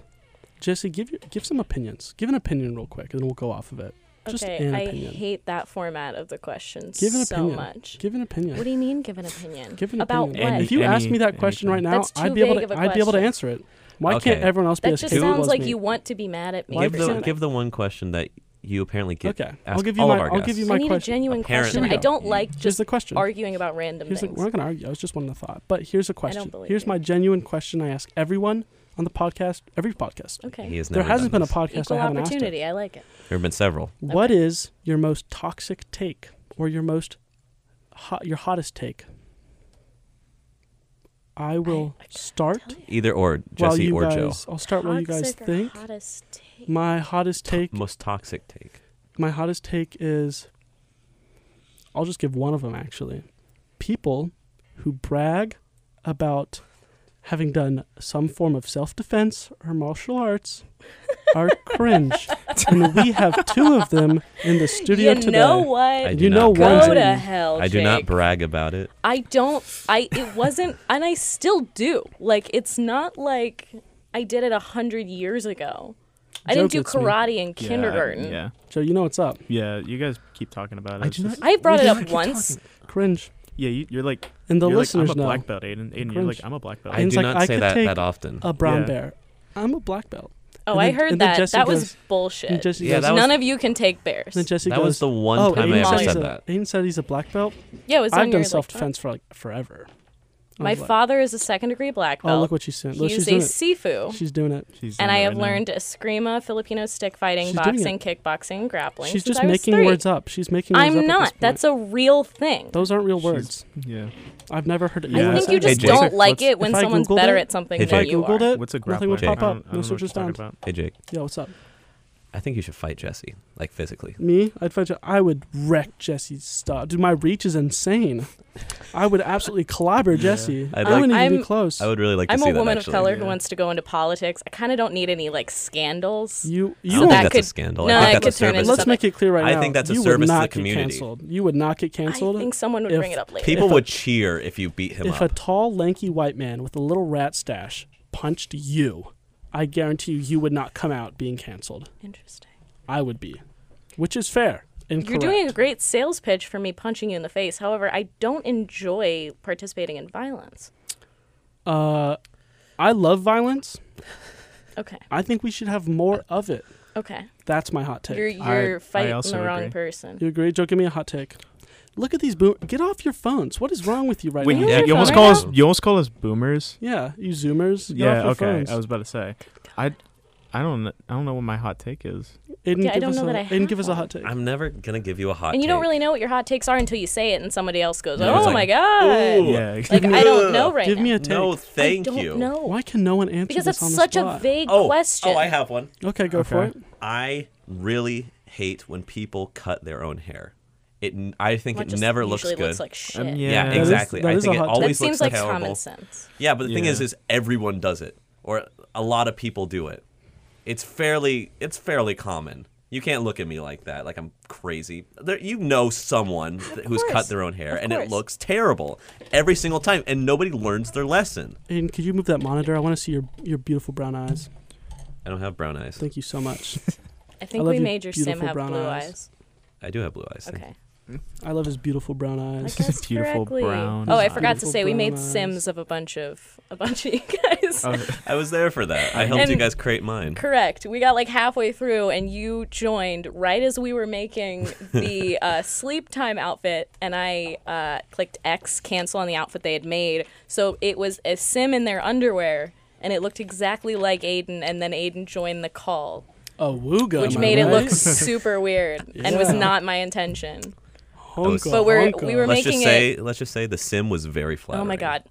[SPEAKER 2] Jesse. Give your, give some opinions. Give an opinion real quick, and then we'll go off of it. Just
[SPEAKER 1] Okay,
[SPEAKER 2] an
[SPEAKER 1] I
[SPEAKER 2] opinion.
[SPEAKER 1] hate that format of the question
[SPEAKER 2] Give an
[SPEAKER 1] so
[SPEAKER 2] opinion.
[SPEAKER 1] much.
[SPEAKER 2] Give an opinion.
[SPEAKER 1] What do you mean, give an opinion?
[SPEAKER 2] Give an
[SPEAKER 1] About
[SPEAKER 2] opinion.
[SPEAKER 1] what?
[SPEAKER 4] Any-
[SPEAKER 2] If you asked me that
[SPEAKER 4] any-
[SPEAKER 2] question right now,
[SPEAKER 1] That's too
[SPEAKER 2] I'd be able
[SPEAKER 1] vague
[SPEAKER 2] to.
[SPEAKER 1] of a
[SPEAKER 2] I'd be able to
[SPEAKER 1] question.
[SPEAKER 2] answer it. Why
[SPEAKER 3] Okay.
[SPEAKER 2] can't everyone else be
[SPEAKER 1] that
[SPEAKER 2] as
[SPEAKER 1] just
[SPEAKER 2] capable
[SPEAKER 1] sounds
[SPEAKER 2] as
[SPEAKER 1] like
[SPEAKER 2] me?
[SPEAKER 1] you want to be mad at me.
[SPEAKER 2] Why
[SPEAKER 3] [LAUGHS] Give
[SPEAKER 1] for
[SPEAKER 2] does it
[SPEAKER 3] the
[SPEAKER 1] something.
[SPEAKER 2] sound-
[SPEAKER 3] give the one question that you apparently get.
[SPEAKER 2] okay, I'll
[SPEAKER 3] ask
[SPEAKER 2] give you
[SPEAKER 3] all
[SPEAKER 2] my.
[SPEAKER 3] of our
[SPEAKER 2] I'll give you
[SPEAKER 3] guests.
[SPEAKER 2] my
[SPEAKER 1] I need
[SPEAKER 2] question.
[SPEAKER 1] a genuine
[SPEAKER 3] Apparently.
[SPEAKER 1] question. I don't like
[SPEAKER 2] Here's
[SPEAKER 1] just
[SPEAKER 2] the question.
[SPEAKER 1] arguing about random
[SPEAKER 2] Here's the,
[SPEAKER 1] things.
[SPEAKER 2] we're not gonna argue. I was just one of the thought. But here's a question.
[SPEAKER 1] believe
[SPEAKER 2] Here's
[SPEAKER 1] you.
[SPEAKER 2] my genuine question. I ask everyone on the podcast, every podcast.
[SPEAKER 1] okay.
[SPEAKER 3] He has
[SPEAKER 2] There
[SPEAKER 3] never
[SPEAKER 2] hasn't
[SPEAKER 3] done
[SPEAKER 2] been a
[SPEAKER 3] this.
[SPEAKER 2] podcast
[SPEAKER 1] Equal
[SPEAKER 2] I haven't asked. It.
[SPEAKER 1] opportunity. I like it.
[SPEAKER 3] There have been several.
[SPEAKER 2] What is your most toxic take, or your most hot, your hottest take? I will
[SPEAKER 1] I can't
[SPEAKER 2] start
[SPEAKER 1] Tell you.
[SPEAKER 3] Either or,
[SPEAKER 2] while
[SPEAKER 3] Jesse
[SPEAKER 2] you
[SPEAKER 3] or
[SPEAKER 2] guys.
[SPEAKER 3] Joe.
[SPEAKER 2] I'll start while you guys
[SPEAKER 1] Toxic or
[SPEAKER 2] think.
[SPEAKER 1] hottest take.
[SPEAKER 2] My
[SPEAKER 3] [LAUGHS]
[SPEAKER 2] hottest take.
[SPEAKER 3] Most toxic take.
[SPEAKER 2] my hottest take is I'll just give one of them actually. People who brag about having done some form of self defense or
[SPEAKER 1] [LAUGHS]
[SPEAKER 2] martial arts are cringe. and we have two of them in the studio
[SPEAKER 1] you
[SPEAKER 2] today.
[SPEAKER 1] know what?
[SPEAKER 3] I
[SPEAKER 2] you
[SPEAKER 3] do
[SPEAKER 2] know
[SPEAKER 3] not
[SPEAKER 1] Go
[SPEAKER 2] one's
[SPEAKER 3] brag.
[SPEAKER 2] in-
[SPEAKER 1] to hell.
[SPEAKER 3] I do not
[SPEAKER 1] Jake.
[SPEAKER 3] brag about it.
[SPEAKER 1] I don't. I. It wasn't, and I still do. Like it's not like I did it a hundred years ago. I didn't
[SPEAKER 2] Joe
[SPEAKER 1] do
[SPEAKER 2] gets me.
[SPEAKER 1] karate in
[SPEAKER 4] Yeah, I-
[SPEAKER 1] kindergarten.
[SPEAKER 4] Yeah,
[SPEAKER 2] Joe, you know what's up.
[SPEAKER 4] yeah. You guys keep talking about it.
[SPEAKER 2] I
[SPEAKER 4] It's
[SPEAKER 2] do not-
[SPEAKER 4] just-
[SPEAKER 1] I brought
[SPEAKER 2] We
[SPEAKER 1] it
[SPEAKER 2] never
[SPEAKER 1] up
[SPEAKER 2] [LAUGHS] keep
[SPEAKER 1] once.
[SPEAKER 2] Cringe.
[SPEAKER 4] yeah, you, you're like
[SPEAKER 2] And the
[SPEAKER 4] you're
[SPEAKER 2] listeners
[SPEAKER 4] like, I'm a
[SPEAKER 2] know
[SPEAKER 4] black belt, Aiden. Aiden, you're
[SPEAKER 2] Cringe.
[SPEAKER 4] like I'm a black belt.
[SPEAKER 3] I
[SPEAKER 2] Ian's
[SPEAKER 3] do
[SPEAKER 2] like,
[SPEAKER 3] not
[SPEAKER 2] I
[SPEAKER 3] say
[SPEAKER 2] could
[SPEAKER 3] that
[SPEAKER 2] take
[SPEAKER 3] that often.
[SPEAKER 2] a brown
[SPEAKER 4] Yeah.
[SPEAKER 2] bear. I'm a black belt.
[SPEAKER 1] Oh,
[SPEAKER 2] And
[SPEAKER 1] I
[SPEAKER 2] then-
[SPEAKER 1] heard
[SPEAKER 2] and then
[SPEAKER 1] that.
[SPEAKER 2] Jesse
[SPEAKER 1] that was
[SPEAKER 2] goes- And
[SPEAKER 1] bullshit.
[SPEAKER 2] Jesse
[SPEAKER 3] Yeah,
[SPEAKER 2] goes,
[SPEAKER 3] that was-
[SPEAKER 1] None of you can take bears.
[SPEAKER 2] and Jesse
[SPEAKER 3] That
[SPEAKER 2] goes,
[SPEAKER 3] was the one
[SPEAKER 2] oh,
[SPEAKER 3] time
[SPEAKER 2] Aiden
[SPEAKER 3] I ever
[SPEAKER 2] said,
[SPEAKER 3] said
[SPEAKER 2] he's a-
[SPEAKER 3] that.
[SPEAKER 2] Aiden said he's a black belt.
[SPEAKER 1] Yeah, it was on
[SPEAKER 2] I've
[SPEAKER 1] your
[SPEAKER 2] done
[SPEAKER 1] like,
[SPEAKER 2] self defense for like forever. I
[SPEAKER 1] My
[SPEAKER 2] was like,
[SPEAKER 1] father is a second degree black belt.
[SPEAKER 2] Oh, look what she's doing. Look,
[SPEAKER 1] He's
[SPEAKER 2] she's
[SPEAKER 1] a
[SPEAKER 2] doing it.
[SPEAKER 1] Sifu.
[SPEAKER 2] She's doing it.
[SPEAKER 4] She's doing
[SPEAKER 1] and I
[SPEAKER 4] it
[SPEAKER 1] have
[SPEAKER 4] right now.
[SPEAKER 1] learned Eskrima, Filipino stick fighting,
[SPEAKER 2] She's doing
[SPEAKER 1] boxing, kickboxing, grappling.
[SPEAKER 2] She's
[SPEAKER 1] since
[SPEAKER 2] just
[SPEAKER 1] I was
[SPEAKER 2] making
[SPEAKER 1] three.
[SPEAKER 2] words up. She's making words up.
[SPEAKER 1] I'm
[SPEAKER 2] at this
[SPEAKER 1] not.
[SPEAKER 2] point.
[SPEAKER 1] That's a real thing.
[SPEAKER 2] Those aren't real
[SPEAKER 4] She's-
[SPEAKER 2] words.
[SPEAKER 4] Yeah.
[SPEAKER 2] I've never heard it.
[SPEAKER 4] Yeah.
[SPEAKER 1] I think you
[SPEAKER 3] Hey,
[SPEAKER 1] just
[SPEAKER 3] Jake.
[SPEAKER 1] don't
[SPEAKER 4] What's a-
[SPEAKER 1] like it when
[SPEAKER 2] if I
[SPEAKER 1] someone's
[SPEAKER 2] Googled
[SPEAKER 1] better
[SPEAKER 2] it-
[SPEAKER 1] at something
[SPEAKER 3] Hey,
[SPEAKER 2] If I
[SPEAKER 1] than
[SPEAKER 3] Jake.
[SPEAKER 1] you
[SPEAKER 2] Googled
[SPEAKER 1] are.
[SPEAKER 2] it,
[SPEAKER 4] What's a
[SPEAKER 2] Uh,
[SPEAKER 4] grapple?
[SPEAKER 2] nothing would
[SPEAKER 4] Jake?
[SPEAKER 2] pop
[SPEAKER 4] I don't-
[SPEAKER 2] up.
[SPEAKER 4] I don't know
[SPEAKER 2] No
[SPEAKER 4] what
[SPEAKER 2] searches
[SPEAKER 4] you're
[SPEAKER 2] down.
[SPEAKER 4] talking about.
[SPEAKER 3] Hey Jake,
[SPEAKER 2] Yeah, what's up?
[SPEAKER 3] I think you should fight Jesse, like physically.
[SPEAKER 2] Me? I'd fight. I would wreck Jesse's stuff. Dude, my reach is insane. I would absolutely clobber
[SPEAKER 4] Yeah.
[SPEAKER 2] Jesse.
[SPEAKER 3] I'd
[SPEAKER 2] I
[SPEAKER 3] like-
[SPEAKER 2] wouldn't even be
[SPEAKER 1] I'm-
[SPEAKER 2] close.
[SPEAKER 3] I would really like to
[SPEAKER 1] I'm
[SPEAKER 3] see
[SPEAKER 1] a
[SPEAKER 3] that.
[SPEAKER 1] woman of
[SPEAKER 3] actually.
[SPEAKER 1] color who
[SPEAKER 4] Yeah.
[SPEAKER 1] wants to go into politics. I kind of don't need any like scandals.
[SPEAKER 2] You,
[SPEAKER 3] I
[SPEAKER 2] you
[SPEAKER 1] So
[SPEAKER 2] would-
[SPEAKER 3] don't think
[SPEAKER 1] that
[SPEAKER 3] that's
[SPEAKER 1] could-
[SPEAKER 3] a scandal.
[SPEAKER 1] no,
[SPEAKER 3] I
[SPEAKER 1] it
[SPEAKER 3] think
[SPEAKER 1] could
[SPEAKER 3] that's a
[SPEAKER 1] turn
[SPEAKER 3] service.
[SPEAKER 1] into
[SPEAKER 2] Let's make it clear right
[SPEAKER 3] I
[SPEAKER 2] now.
[SPEAKER 3] think that's a
[SPEAKER 2] you
[SPEAKER 3] service
[SPEAKER 2] would
[SPEAKER 3] to the
[SPEAKER 2] not
[SPEAKER 3] community.
[SPEAKER 2] Get canceled. You would not get
[SPEAKER 1] I
[SPEAKER 2] canceled.
[SPEAKER 1] think someone would
[SPEAKER 2] if
[SPEAKER 1] bring it up later.
[SPEAKER 3] People
[SPEAKER 2] If a-
[SPEAKER 3] would cheer if you beat him
[SPEAKER 2] if
[SPEAKER 3] up.
[SPEAKER 2] a tall, lanky white man with a little rat stash punched you, I guarantee you, you would not come out being canceled.
[SPEAKER 1] Interesting.
[SPEAKER 2] I would be, which is fair and
[SPEAKER 1] You're doing a great sales pitch for me punching you in the face. However, I don't enjoy participating in violence.
[SPEAKER 2] uh, I love violence.
[SPEAKER 1] Okay.
[SPEAKER 2] I think we should have more of it.
[SPEAKER 1] Okay.
[SPEAKER 2] That's my hot take.
[SPEAKER 1] You're
[SPEAKER 4] I-
[SPEAKER 1] you're
[SPEAKER 4] I
[SPEAKER 1] fighting
[SPEAKER 4] also
[SPEAKER 1] the wrong
[SPEAKER 4] agree.
[SPEAKER 1] person.
[SPEAKER 2] you agree, Joe? Give me a hot take. Look at these boom. Get off your phones. What is wrong with you right
[SPEAKER 4] Wait,
[SPEAKER 2] now?
[SPEAKER 1] Yeah,
[SPEAKER 4] you, you
[SPEAKER 1] phone
[SPEAKER 4] almost
[SPEAKER 1] right
[SPEAKER 4] call
[SPEAKER 1] now?
[SPEAKER 4] us you almost call us boomers?
[SPEAKER 2] Yeah, you Zoomers. Get
[SPEAKER 4] yeah,
[SPEAKER 2] off your
[SPEAKER 4] okay.
[SPEAKER 2] Phones.
[SPEAKER 4] I was about to say. I I don't kn- I don't know what my hot take is.
[SPEAKER 2] Aiden,
[SPEAKER 1] Yeah, I
[SPEAKER 2] give
[SPEAKER 1] don't
[SPEAKER 2] us
[SPEAKER 1] know
[SPEAKER 2] a,
[SPEAKER 1] that I
[SPEAKER 2] Aiden, give us a
[SPEAKER 1] have
[SPEAKER 2] hot take.
[SPEAKER 3] I'm never gonna give you a hot.
[SPEAKER 1] And you don't
[SPEAKER 3] take.
[SPEAKER 1] really know what your hot takes are until you say it, and somebody else goes,
[SPEAKER 3] Yeah,
[SPEAKER 1] "Oh
[SPEAKER 3] it's like,
[SPEAKER 1] my god!"
[SPEAKER 3] "Ooh."
[SPEAKER 4] Yeah.
[SPEAKER 1] Like I don't know
[SPEAKER 3] Ugh.
[SPEAKER 1] right
[SPEAKER 2] give
[SPEAKER 1] now.
[SPEAKER 2] me a take.
[SPEAKER 3] No, thank
[SPEAKER 1] I don't
[SPEAKER 3] you.
[SPEAKER 1] Know.
[SPEAKER 2] Why can no one answer
[SPEAKER 1] Because
[SPEAKER 2] this
[SPEAKER 1] that's
[SPEAKER 2] on the
[SPEAKER 1] such a
[SPEAKER 2] spot?
[SPEAKER 1] vague
[SPEAKER 3] Oh,
[SPEAKER 1] question.
[SPEAKER 3] oh, I have one.
[SPEAKER 2] Okay, go for it.
[SPEAKER 4] Okay.
[SPEAKER 3] I really hate when people cut their own hair. It. n- I think
[SPEAKER 1] Mine
[SPEAKER 3] it
[SPEAKER 1] just
[SPEAKER 3] never looks
[SPEAKER 1] usually
[SPEAKER 3] good.
[SPEAKER 1] looks like shit.
[SPEAKER 4] Um,
[SPEAKER 3] yeah,
[SPEAKER 4] That is-
[SPEAKER 3] exactly.
[SPEAKER 2] that
[SPEAKER 3] I
[SPEAKER 2] is
[SPEAKER 3] think
[SPEAKER 2] a
[SPEAKER 3] it
[SPEAKER 2] hot take.
[SPEAKER 1] That
[SPEAKER 3] always
[SPEAKER 1] seems
[SPEAKER 3] looks
[SPEAKER 1] like
[SPEAKER 3] terrible.
[SPEAKER 1] common sense.
[SPEAKER 3] Yeah, but the thing is,
[SPEAKER 4] Yeah.
[SPEAKER 3] is everyone does it, or a lot of people do it. It's fairly, it's fairly common. You can't look at me like that, like I'm crazy. There, you know someone th- who's
[SPEAKER 1] course.
[SPEAKER 3] cut their own hair,
[SPEAKER 1] Of
[SPEAKER 3] and it
[SPEAKER 1] course.
[SPEAKER 3] looks terrible every single time, and nobody learns their lesson.
[SPEAKER 2] And could you move that monitor? I want to see your your beautiful brown eyes.
[SPEAKER 3] I don't have brown eyes.
[SPEAKER 2] Thank you so much.
[SPEAKER 4] [LAUGHS]
[SPEAKER 1] I think
[SPEAKER 2] love
[SPEAKER 1] we
[SPEAKER 2] your
[SPEAKER 1] made your sim
[SPEAKER 2] beautiful
[SPEAKER 1] have
[SPEAKER 2] brown
[SPEAKER 1] blue
[SPEAKER 2] eyes.
[SPEAKER 1] eyes.
[SPEAKER 3] I do have blue eyes. thank you.
[SPEAKER 1] Okay.
[SPEAKER 2] I love his beautiful brown
[SPEAKER 1] I
[SPEAKER 2] eyes.
[SPEAKER 1] guessed
[SPEAKER 4] Beautiful
[SPEAKER 1] correctly.
[SPEAKER 4] brown
[SPEAKER 1] Oh, I
[SPEAKER 4] eyes.
[SPEAKER 1] forgot to say we
[SPEAKER 2] Beautiful
[SPEAKER 1] made
[SPEAKER 2] brown eyes.
[SPEAKER 1] sims of a bunch of a bunch of [LAUGHS] you guys.
[SPEAKER 4] Oh,
[SPEAKER 3] I was there for that. I helped you
[SPEAKER 1] And-
[SPEAKER 3] guys create mine.
[SPEAKER 1] Correct. We got like halfway through, and you joined right as we were making the uh, sleep time outfit, and I uh, clicked X cancel on the outfit they had made. So it was a sim in their underwear, and it looked exactly like Aiden, and then Aiden joined the call,
[SPEAKER 2] Oh, wooga.
[SPEAKER 1] which
[SPEAKER 2] am I
[SPEAKER 1] made it
[SPEAKER 2] right? [LAUGHS]
[SPEAKER 1] look super weird and was
[SPEAKER 2] Yeah.
[SPEAKER 1] not my intention.
[SPEAKER 2] Honka,
[SPEAKER 1] But we're-
[SPEAKER 2] honka.
[SPEAKER 1] we were
[SPEAKER 3] let's just
[SPEAKER 1] making
[SPEAKER 3] say, let's just say, the sim was very flattering.
[SPEAKER 1] Oh my god.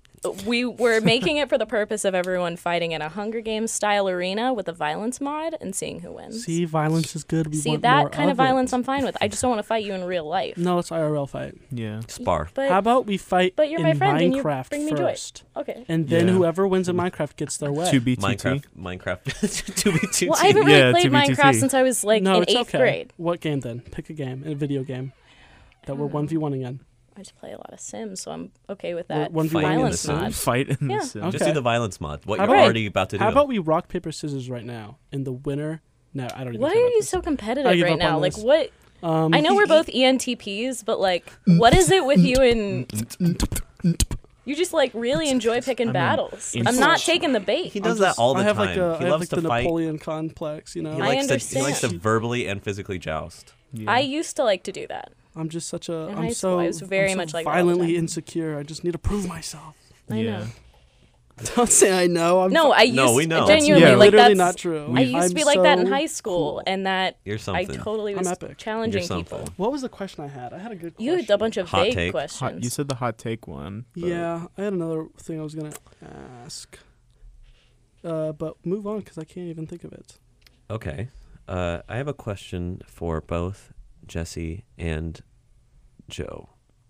[SPEAKER 1] We were making it for the purpose of everyone fighting in a Hunger Games style arena with a violence mod and seeing who wins.
[SPEAKER 2] See, violence is good. We
[SPEAKER 1] See,
[SPEAKER 2] want more
[SPEAKER 1] that kind of
[SPEAKER 2] it.
[SPEAKER 1] violence I'm fine with. I just don't want to fight you in real life.
[SPEAKER 2] No, it's IRL fight.
[SPEAKER 4] yeah.
[SPEAKER 3] Spar.
[SPEAKER 1] But
[SPEAKER 2] How about we fight
[SPEAKER 1] but you're
[SPEAKER 2] in
[SPEAKER 1] my friend and you
[SPEAKER 2] Minecraft
[SPEAKER 1] bring me joy.
[SPEAKER 2] first,
[SPEAKER 1] okay.
[SPEAKER 2] and then
[SPEAKER 4] Yeah.
[SPEAKER 2] whoever wins in Minecraft gets their way.
[SPEAKER 4] Two B two E T.
[SPEAKER 3] Minecraft. Minecraft. [LAUGHS] Two B two
[SPEAKER 1] Well, I haven't really
[SPEAKER 4] Yeah,
[SPEAKER 1] played
[SPEAKER 4] TBTT.
[SPEAKER 1] Minecraft since I was like
[SPEAKER 2] no,
[SPEAKER 1] in
[SPEAKER 2] it's
[SPEAKER 1] eighth
[SPEAKER 2] okay.
[SPEAKER 1] grade.
[SPEAKER 2] What game then? Pick a game, a video game that we're
[SPEAKER 1] I don't
[SPEAKER 2] one
[SPEAKER 1] know.
[SPEAKER 2] v one again.
[SPEAKER 1] I just play a lot of Sims, so I'm okay with
[SPEAKER 2] We're
[SPEAKER 1] that.
[SPEAKER 2] 1v1
[SPEAKER 3] in
[SPEAKER 1] violence
[SPEAKER 3] the
[SPEAKER 1] mod.
[SPEAKER 3] Sims?
[SPEAKER 4] Fight in
[SPEAKER 1] Yeah.
[SPEAKER 4] the sim.
[SPEAKER 2] Okay.
[SPEAKER 3] Just do the violence mod. What
[SPEAKER 2] How
[SPEAKER 3] you're
[SPEAKER 2] about-
[SPEAKER 3] already about to do.
[SPEAKER 2] How about we rock paper scissors right now, and the winner? No, I don't. Even
[SPEAKER 1] Why
[SPEAKER 2] care
[SPEAKER 1] are
[SPEAKER 2] about
[SPEAKER 1] you
[SPEAKER 2] this.
[SPEAKER 1] so
[SPEAKER 2] I
[SPEAKER 1] competitive
[SPEAKER 2] give
[SPEAKER 1] right
[SPEAKER 2] up
[SPEAKER 1] now?
[SPEAKER 2] on
[SPEAKER 1] Like
[SPEAKER 2] this.
[SPEAKER 1] what?
[SPEAKER 2] Um,
[SPEAKER 1] I know we're both
[SPEAKER 3] E
[SPEAKER 1] ENTPs, but like, what is it with you and Mm. you just like really enjoy picking
[SPEAKER 4] I mean,
[SPEAKER 1] battles?
[SPEAKER 4] in-
[SPEAKER 1] I'm not taking the bait.
[SPEAKER 3] he does
[SPEAKER 2] I'm just-
[SPEAKER 3] that all the
[SPEAKER 2] I have
[SPEAKER 3] time.
[SPEAKER 2] Like a,
[SPEAKER 3] he
[SPEAKER 2] I have
[SPEAKER 3] loves
[SPEAKER 2] like
[SPEAKER 3] to
[SPEAKER 2] the
[SPEAKER 3] fight.
[SPEAKER 2] Napoleon complex. You know,
[SPEAKER 3] He
[SPEAKER 1] I
[SPEAKER 3] likes to he likes to
[SPEAKER 1] understand.
[SPEAKER 3] verbally and physically joust.
[SPEAKER 4] Yeah.
[SPEAKER 1] I used to like to do that.
[SPEAKER 2] I'm just such a.
[SPEAKER 1] In
[SPEAKER 2] I'm
[SPEAKER 1] high
[SPEAKER 2] so.
[SPEAKER 1] school, I was
[SPEAKER 2] I'm
[SPEAKER 1] very
[SPEAKER 2] so
[SPEAKER 1] much like that all the
[SPEAKER 2] violently
[SPEAKER 1] time.
[SPEAKER 2] insecure. I just need to prove myself. [LAUGHS]
[SPEAKER 1] I know.
[SPEAKER 2] Don't say I know. I'm
[SPEAKER 1] No, I used
[SPEAKER 3] No, we know.
[SPEAKER 1] genuinely
[SPEAKER 4] Yeah,
[SPEAKER 1] like
[SPEAKER 2] literally
[SPEAKER 1] that's
[SPEAKER 2] not true.
[SPEAKER 1] I used
[SPEAKER 2] I'm
[SPEAKER 1] to be like that in
[SPEAKER 2] so
[SPEAKER 1] high school,
[SPEAKER 2] cool.
[SPEAKER 1] and that
[SPEAKER 3] You're something.
[SPEAKER 1] I totally
[SPEAKER 2] I'm
[SPEAKER 1] was
[SPEAKER 2] epic.
[SPEAKER 1] challenging
[SPEAKER 3] You're something.
[SPEAKER 1] people.
[SPEAKER 2] What was the question I had? I had a good. Question.
[SPEAKER 1] You had a bunch of
[SPEAKER 3] Hot
[SPEAKER 1] vague
[SPEAKER 3] take.
[SPEAKER 1] questions.
[SPEAKER 4] Hot, you said the hot take one. but-
[SPEAKER 2] Yeah, I had another thing I was gonna ask. Uh, but move on because I can't even think of it.
[SPEAKER 3] Okay. Uh, I have a question for both Jesse and Joe.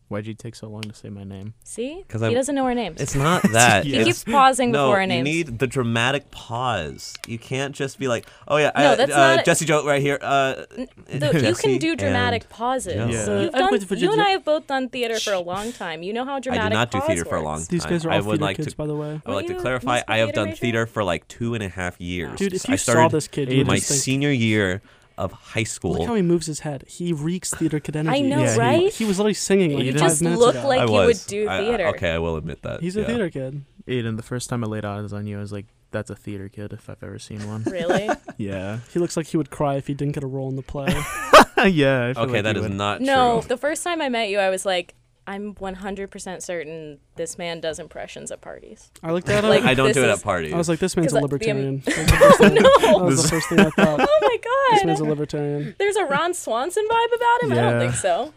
[SPEAKER 4] Why'd you take so long to say my name?
[SPEAKER 1] See,
[SPEAKER 3] 'Cause
[SPEAKER 1] he
[SPEAKER 3] I'm-
[SPEAKER 1] doesn't know our names.
[SPEAKER 3] It's
[SPEAKER 2] [LAUGHS]
[SPEAKER 3] not that.
[SPEAKER 1] he
[SPEAKER 3] it's-
[SPEAKER 1] keeps pausing
[SPEAKER 3] no,
[SPEAKER 1] before our
[SPEAKER 3] you
[SPEAKER 1] names.
[SPEAKER 3] need the dramatic pause. You can't just be like, "Oh yeah,
[SPEAKER 1] No,
[SPEAKER 3] I,
[SPEAKER 1] that's
[SPEAKER 3] uh,
[SPEAKER 1] not-
[SPEAKER 3] Jesse Joe right here." Uh,
[SPEAKER 1] Though you
[SPEAKER 3] Jesse
[SPEAKER 1] can do dramatic
[SPEAKER 3] and-
[SPEAKER 1] pauses.
[SPEAKER 3] Yeah.
[SPEAKER 4] Yeah.
[SPEAKER 1] So you've
[SPEAKER 2] Uh, I
[SPEAKER 1] done,
[SPEAKER 2] went to
[SPEAKER 1] you and
[SPEAKER 2] Virginia-
[SPEAKER 1] I have both done theater for a long time. You know how dramatic.
[SPEAKER 3] I did not do
[SPEAKER 1] pause
[SPEAKER 3] theater for a
[SPEAKER 1] works.
[SPEAKER 3] long time.
[SPEAKER 2] These guys are
[SPEAKER 3] I
[SPEAKER 2] all
[SPEAKER 3] would
[SPEAKER 2] theater
[SPEAKER 3] like
[SPEAKER 2] kids,
[SPEAKER 3] to.
[SPEAKER 2] by the way.
[SPEAKER 3] I would like to
[SPEAKER 1] Were you
[SPEAKER 3] clarify.
[SPEAKER 1] Miss
[SPEAKER 3] I have
[SPEAKER 1] Theater
[SPEAKER 3] done
[SPEAKER 1] major?
[SPEAKER 3] theater for like two and a half years.
[SPEAKER 2] Dude, if
[SPEAKER 3] I
[SPEAKER 2] you
[SPEAKER 3] started
[SPEAKER 2] saw this kid, you
[SPEAKER 4] in
[SPEAKER 2] would
[SPEAKER 3] my
[SPEAKER 2] just think,
[SPEAKER 3] senior year of high
[SPEAKER 2] Look how
[SPEAKER 3] school.
[SPEAKER 2] he moves his head. He reeks theater kid energy.
[SPEAKER 1] know,
[SPEAKER 4] Yeah, he-
[SPEAKER 2] He,
[SPEAKER 1] right?
[SPEAKER 2] was literally singing like
[SPEAKER 4] You
[SPEAKER 2] five
[SPEAKER 1] just
[SPEAKER 2] minutes
[SPEAKER 1] look
[SPEAKER 2] ago.
[SPEAKER 1] like
[SPEAKER 3] I
[SPEAKER 1] you would
[SPEAKER 3] was.
[SPEAKER 1] do
[SPEAKER 3] I- I-
[SPEAKER 1] theater.
[SPEAKER 3] okay, I will admit that.
[SPEAKER 2] He's
[SPEAKER 3] yeah.
[SPEAKER 2] a theater kid.
[SPEAKER 4] Aiden, the first time I laid eyes on you, I was like, "That's a theater kid, if I've ever seen one."
[SPEAKER 3] [LAUGHS]
[SPEAKER 1] Really?
[SPEAKER 4] [LAUGHS] yeah,
[SPEAKER 2] He looks like he would cry if he didn't get a role in the play.
[SPEAKER 4] [LAUGHS] yeah. I feel
[SPEAKER 3] Okay,
[SPEAKER 4] like
[SPEAKER 3] that
[SPEAKER 4] you
[SPEAKER 3] is
[SPEAKER 4] would.
[SPEAKER 3] not
[SPEAKER 1] no.
[SPEAKER 3] true.
[SPEAKER 1] The first time I met you, I was like, I'm 100% certain this man does impressions at
[SPEAKER 3] [LAUGHS]
[SPEAKER 1] parties. [LAUGHS]
[SPEAKER 2] I looked at him.
[SPEAKER 1] Like-
[SPEAKER 3] I don't
[SPEAKER 1] this
[SPEAKER 3] do it
[SPEAKER 1] is-
[SPEAKER 3] at parties.
[SPEAKER 2] I was like, this man's
[SPEAKER 1] 'Cause,
[SPEAKER 2] a
[SPEAKER 1] like, the-
[SPEAKER 2] libertarian. That was the
[SPEAKER 3] Oh,
[SPEAKER 2] first thing- that was the
[SPEAKER 4] This-
[SPEAKER 2] first thing I thought.
[SPEAKER 1] [LAUGHS] Oh my
[SPEAKER 2] This
[SPEAKER 1] god.
[SPEAKER 2] man's a libertarian.
[SPEAKER 1] There's a Ron Swanson vibe about him. I
[SPEAKER 4] Yeah.
[SPEAKER 1] don't think so.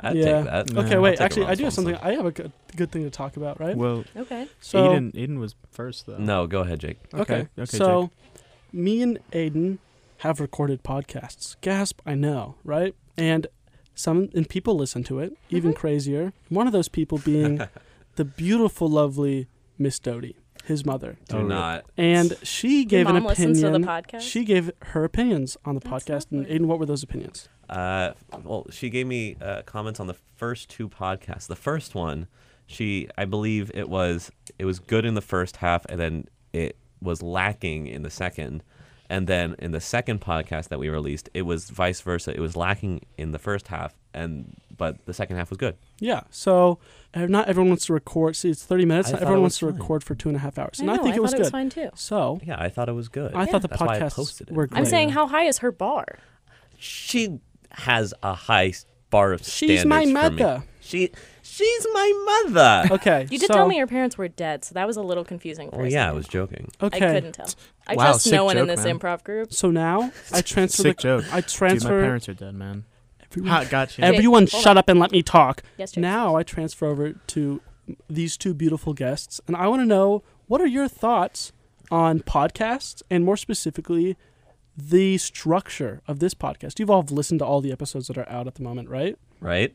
[SPEAKER 3] I'd
[SPEAKER 2] Yeah.
[SPEAKER 3] take that.
[SPEAKER 4] Nah,
[SPEAKER 2] Okay,
[SPEAKER 4] I'll
[SPEAKER 2] wait.
[SPEAKER 3] take
[SPEAKER 2] Actually,
[SPEAKER 3] Ron
[SPEAKER 2] I do have something.
[SPEAKER 3] Swanson.
[SPEAKER 2] I have a good, good thing to talk about, right?
[SPEAKER 4] Well,
[SPEAKER 1] Okay.
[SPEAKER 2] So,
[SPEAKER 4] Aiden, Aiden was first though.
[SPEAKER 3] No, go ahead, Jake.
[SPEAKER 2] Okay.
[SPEAKER 4] Okay,
[SPEAKER 2] so, me and Aiden have recorded podcasts. Gasp! I know, right? And some and people listen to it. Even
[SPEAKER 1] Mhm.
[SPEAKER 2] crazier. One of those people
[SPEAKER 4] [LAUGHS]
[SPEAKER 2] being the beautiful, lovely Miss Doty, his mother,
[SPEAKER 3] Do
[SPEAKER 4] Oh, really?
[SPEAKER 3] not.
[SPEAKER 2] and she
[SPEAKER 1] Your
[SPEAKER 2] gave
[SPEAKER 1] mom
[SPEAKER 2] an opinion.
[SPEAKER 1] listens to the podcast.
[SPEAKER 2] She gave her opinions on the
[SPEAKER 1] That's
[SPEAKER 2] podcast.
[SPEAKER 1] lovely.
[SPEAKER 2] And Aiden, what were those opinions?
[SPEAKER 3] Uh, well, she gave me uh, comments on the first two podcasts. The first one, she, I believe it was, it was good in the first half, and then it was lacking in the second. And then in the second podcast that we released, it was vice versa. It was lacking in the first half, and but the second half was good.
[SPEAKER 2] Yeah. So uh, not everyone wants to record. See, it's thirty minutes.
[SPEAKER 3] I
[SPEAKER 2] Not
[SPEAKER 3] thought it
[SPEAKER 2] everyone
[SPEAKER 3] was
[SPEAKER 2] wants to
[SPEAKER 3] fine.
[SPEAKER 2] record for two and a half hours,
[SPEAKER 1] I
[SPEAKER 2] and I
[SPEAKER 1] know,
[SPEAKER 2] think
[SPEAKER 1] I
[SPEAKER 2] it was
[SPEAKER 1] thought
[SPEAKER 2] good.
[SPEAKER 1] It was fine too.
[SPEAKER 2] So
[SPEAKER 3] Yeah, I thought it was good.
[SPEAKER 2] I thought the
[SPEAKER 3] That's why I
[SPEAKER 2] podcasts
[SPEAKER 3] posted it.
[SPEAKER 2] were great.
[SPEAKER 1] I'm saying, how high is her bar?
[SPEAKER 3] she has a high s- bar of
[SPEAKER 2] She's
[SPEAKER 3] standards
[SPEAKER 2] my
[SPEAKER 3] for me.
[SPEAKER 2] mother.
[SPEAKER 3] She, she's my mother.
[SPEAKER 2] Okay.
[SPEAKER 1] You did
[SPEAKER 2] so-
[SPEAKER 1] tell me your parents were dead, so that was a little confusing for
[SPEAKER 3] Well,
[SPEAKER 1] a
[SPEAKER 3] yeah, I
[SPEAKER 1] second.
[SPEAKER 3] was joking.
[SPEAKER 1] I
[SPEAKER 2] Okay.
[SPEAKER 1] couldn't tell. I
[SPEAKER 4] Wow,
[SPEAKER 1] trust
[SPEAKER 4] sick
[SPEAKER 1] no one in
[SPEAKER 4] joke,
[SPEAKER 1] this
[SPEAKER 4] man.
[SPEAKER 1] improv group.
[SPEAKER 2] So now
[SPEAKER 1] [LAUGHS]
[SPEAKER 2] I transfer.
[SPEAKER 4] Sick
[SPEAKER 2] the,
[SPEAKER 4] joke.
[SPEAKER 2] I
[SPEAKER 4] Dude, my
[SPEAKER 2] transfer.
[SPEAKER 4] parents are dead, man.
[SPEAKER 2] everyone
[SPEAKER 4] Ha, got you.
[SPEAKER 1] Ev-
[SPEAKER 2] everyone
[SPEAKER 1] hold
[SPEAKER 2] shut up and let me talk.
[SPEAKER 1] Yes, Jason.
[SPEAKER 2] Now I transfer over to these two beautiful guests, and I want to know what are your thoughts on podcasts, and more specifically, the structure of this podcast. You've all listened to all the episodes that are out at the moment, right?
[SPEAKER 3] Right?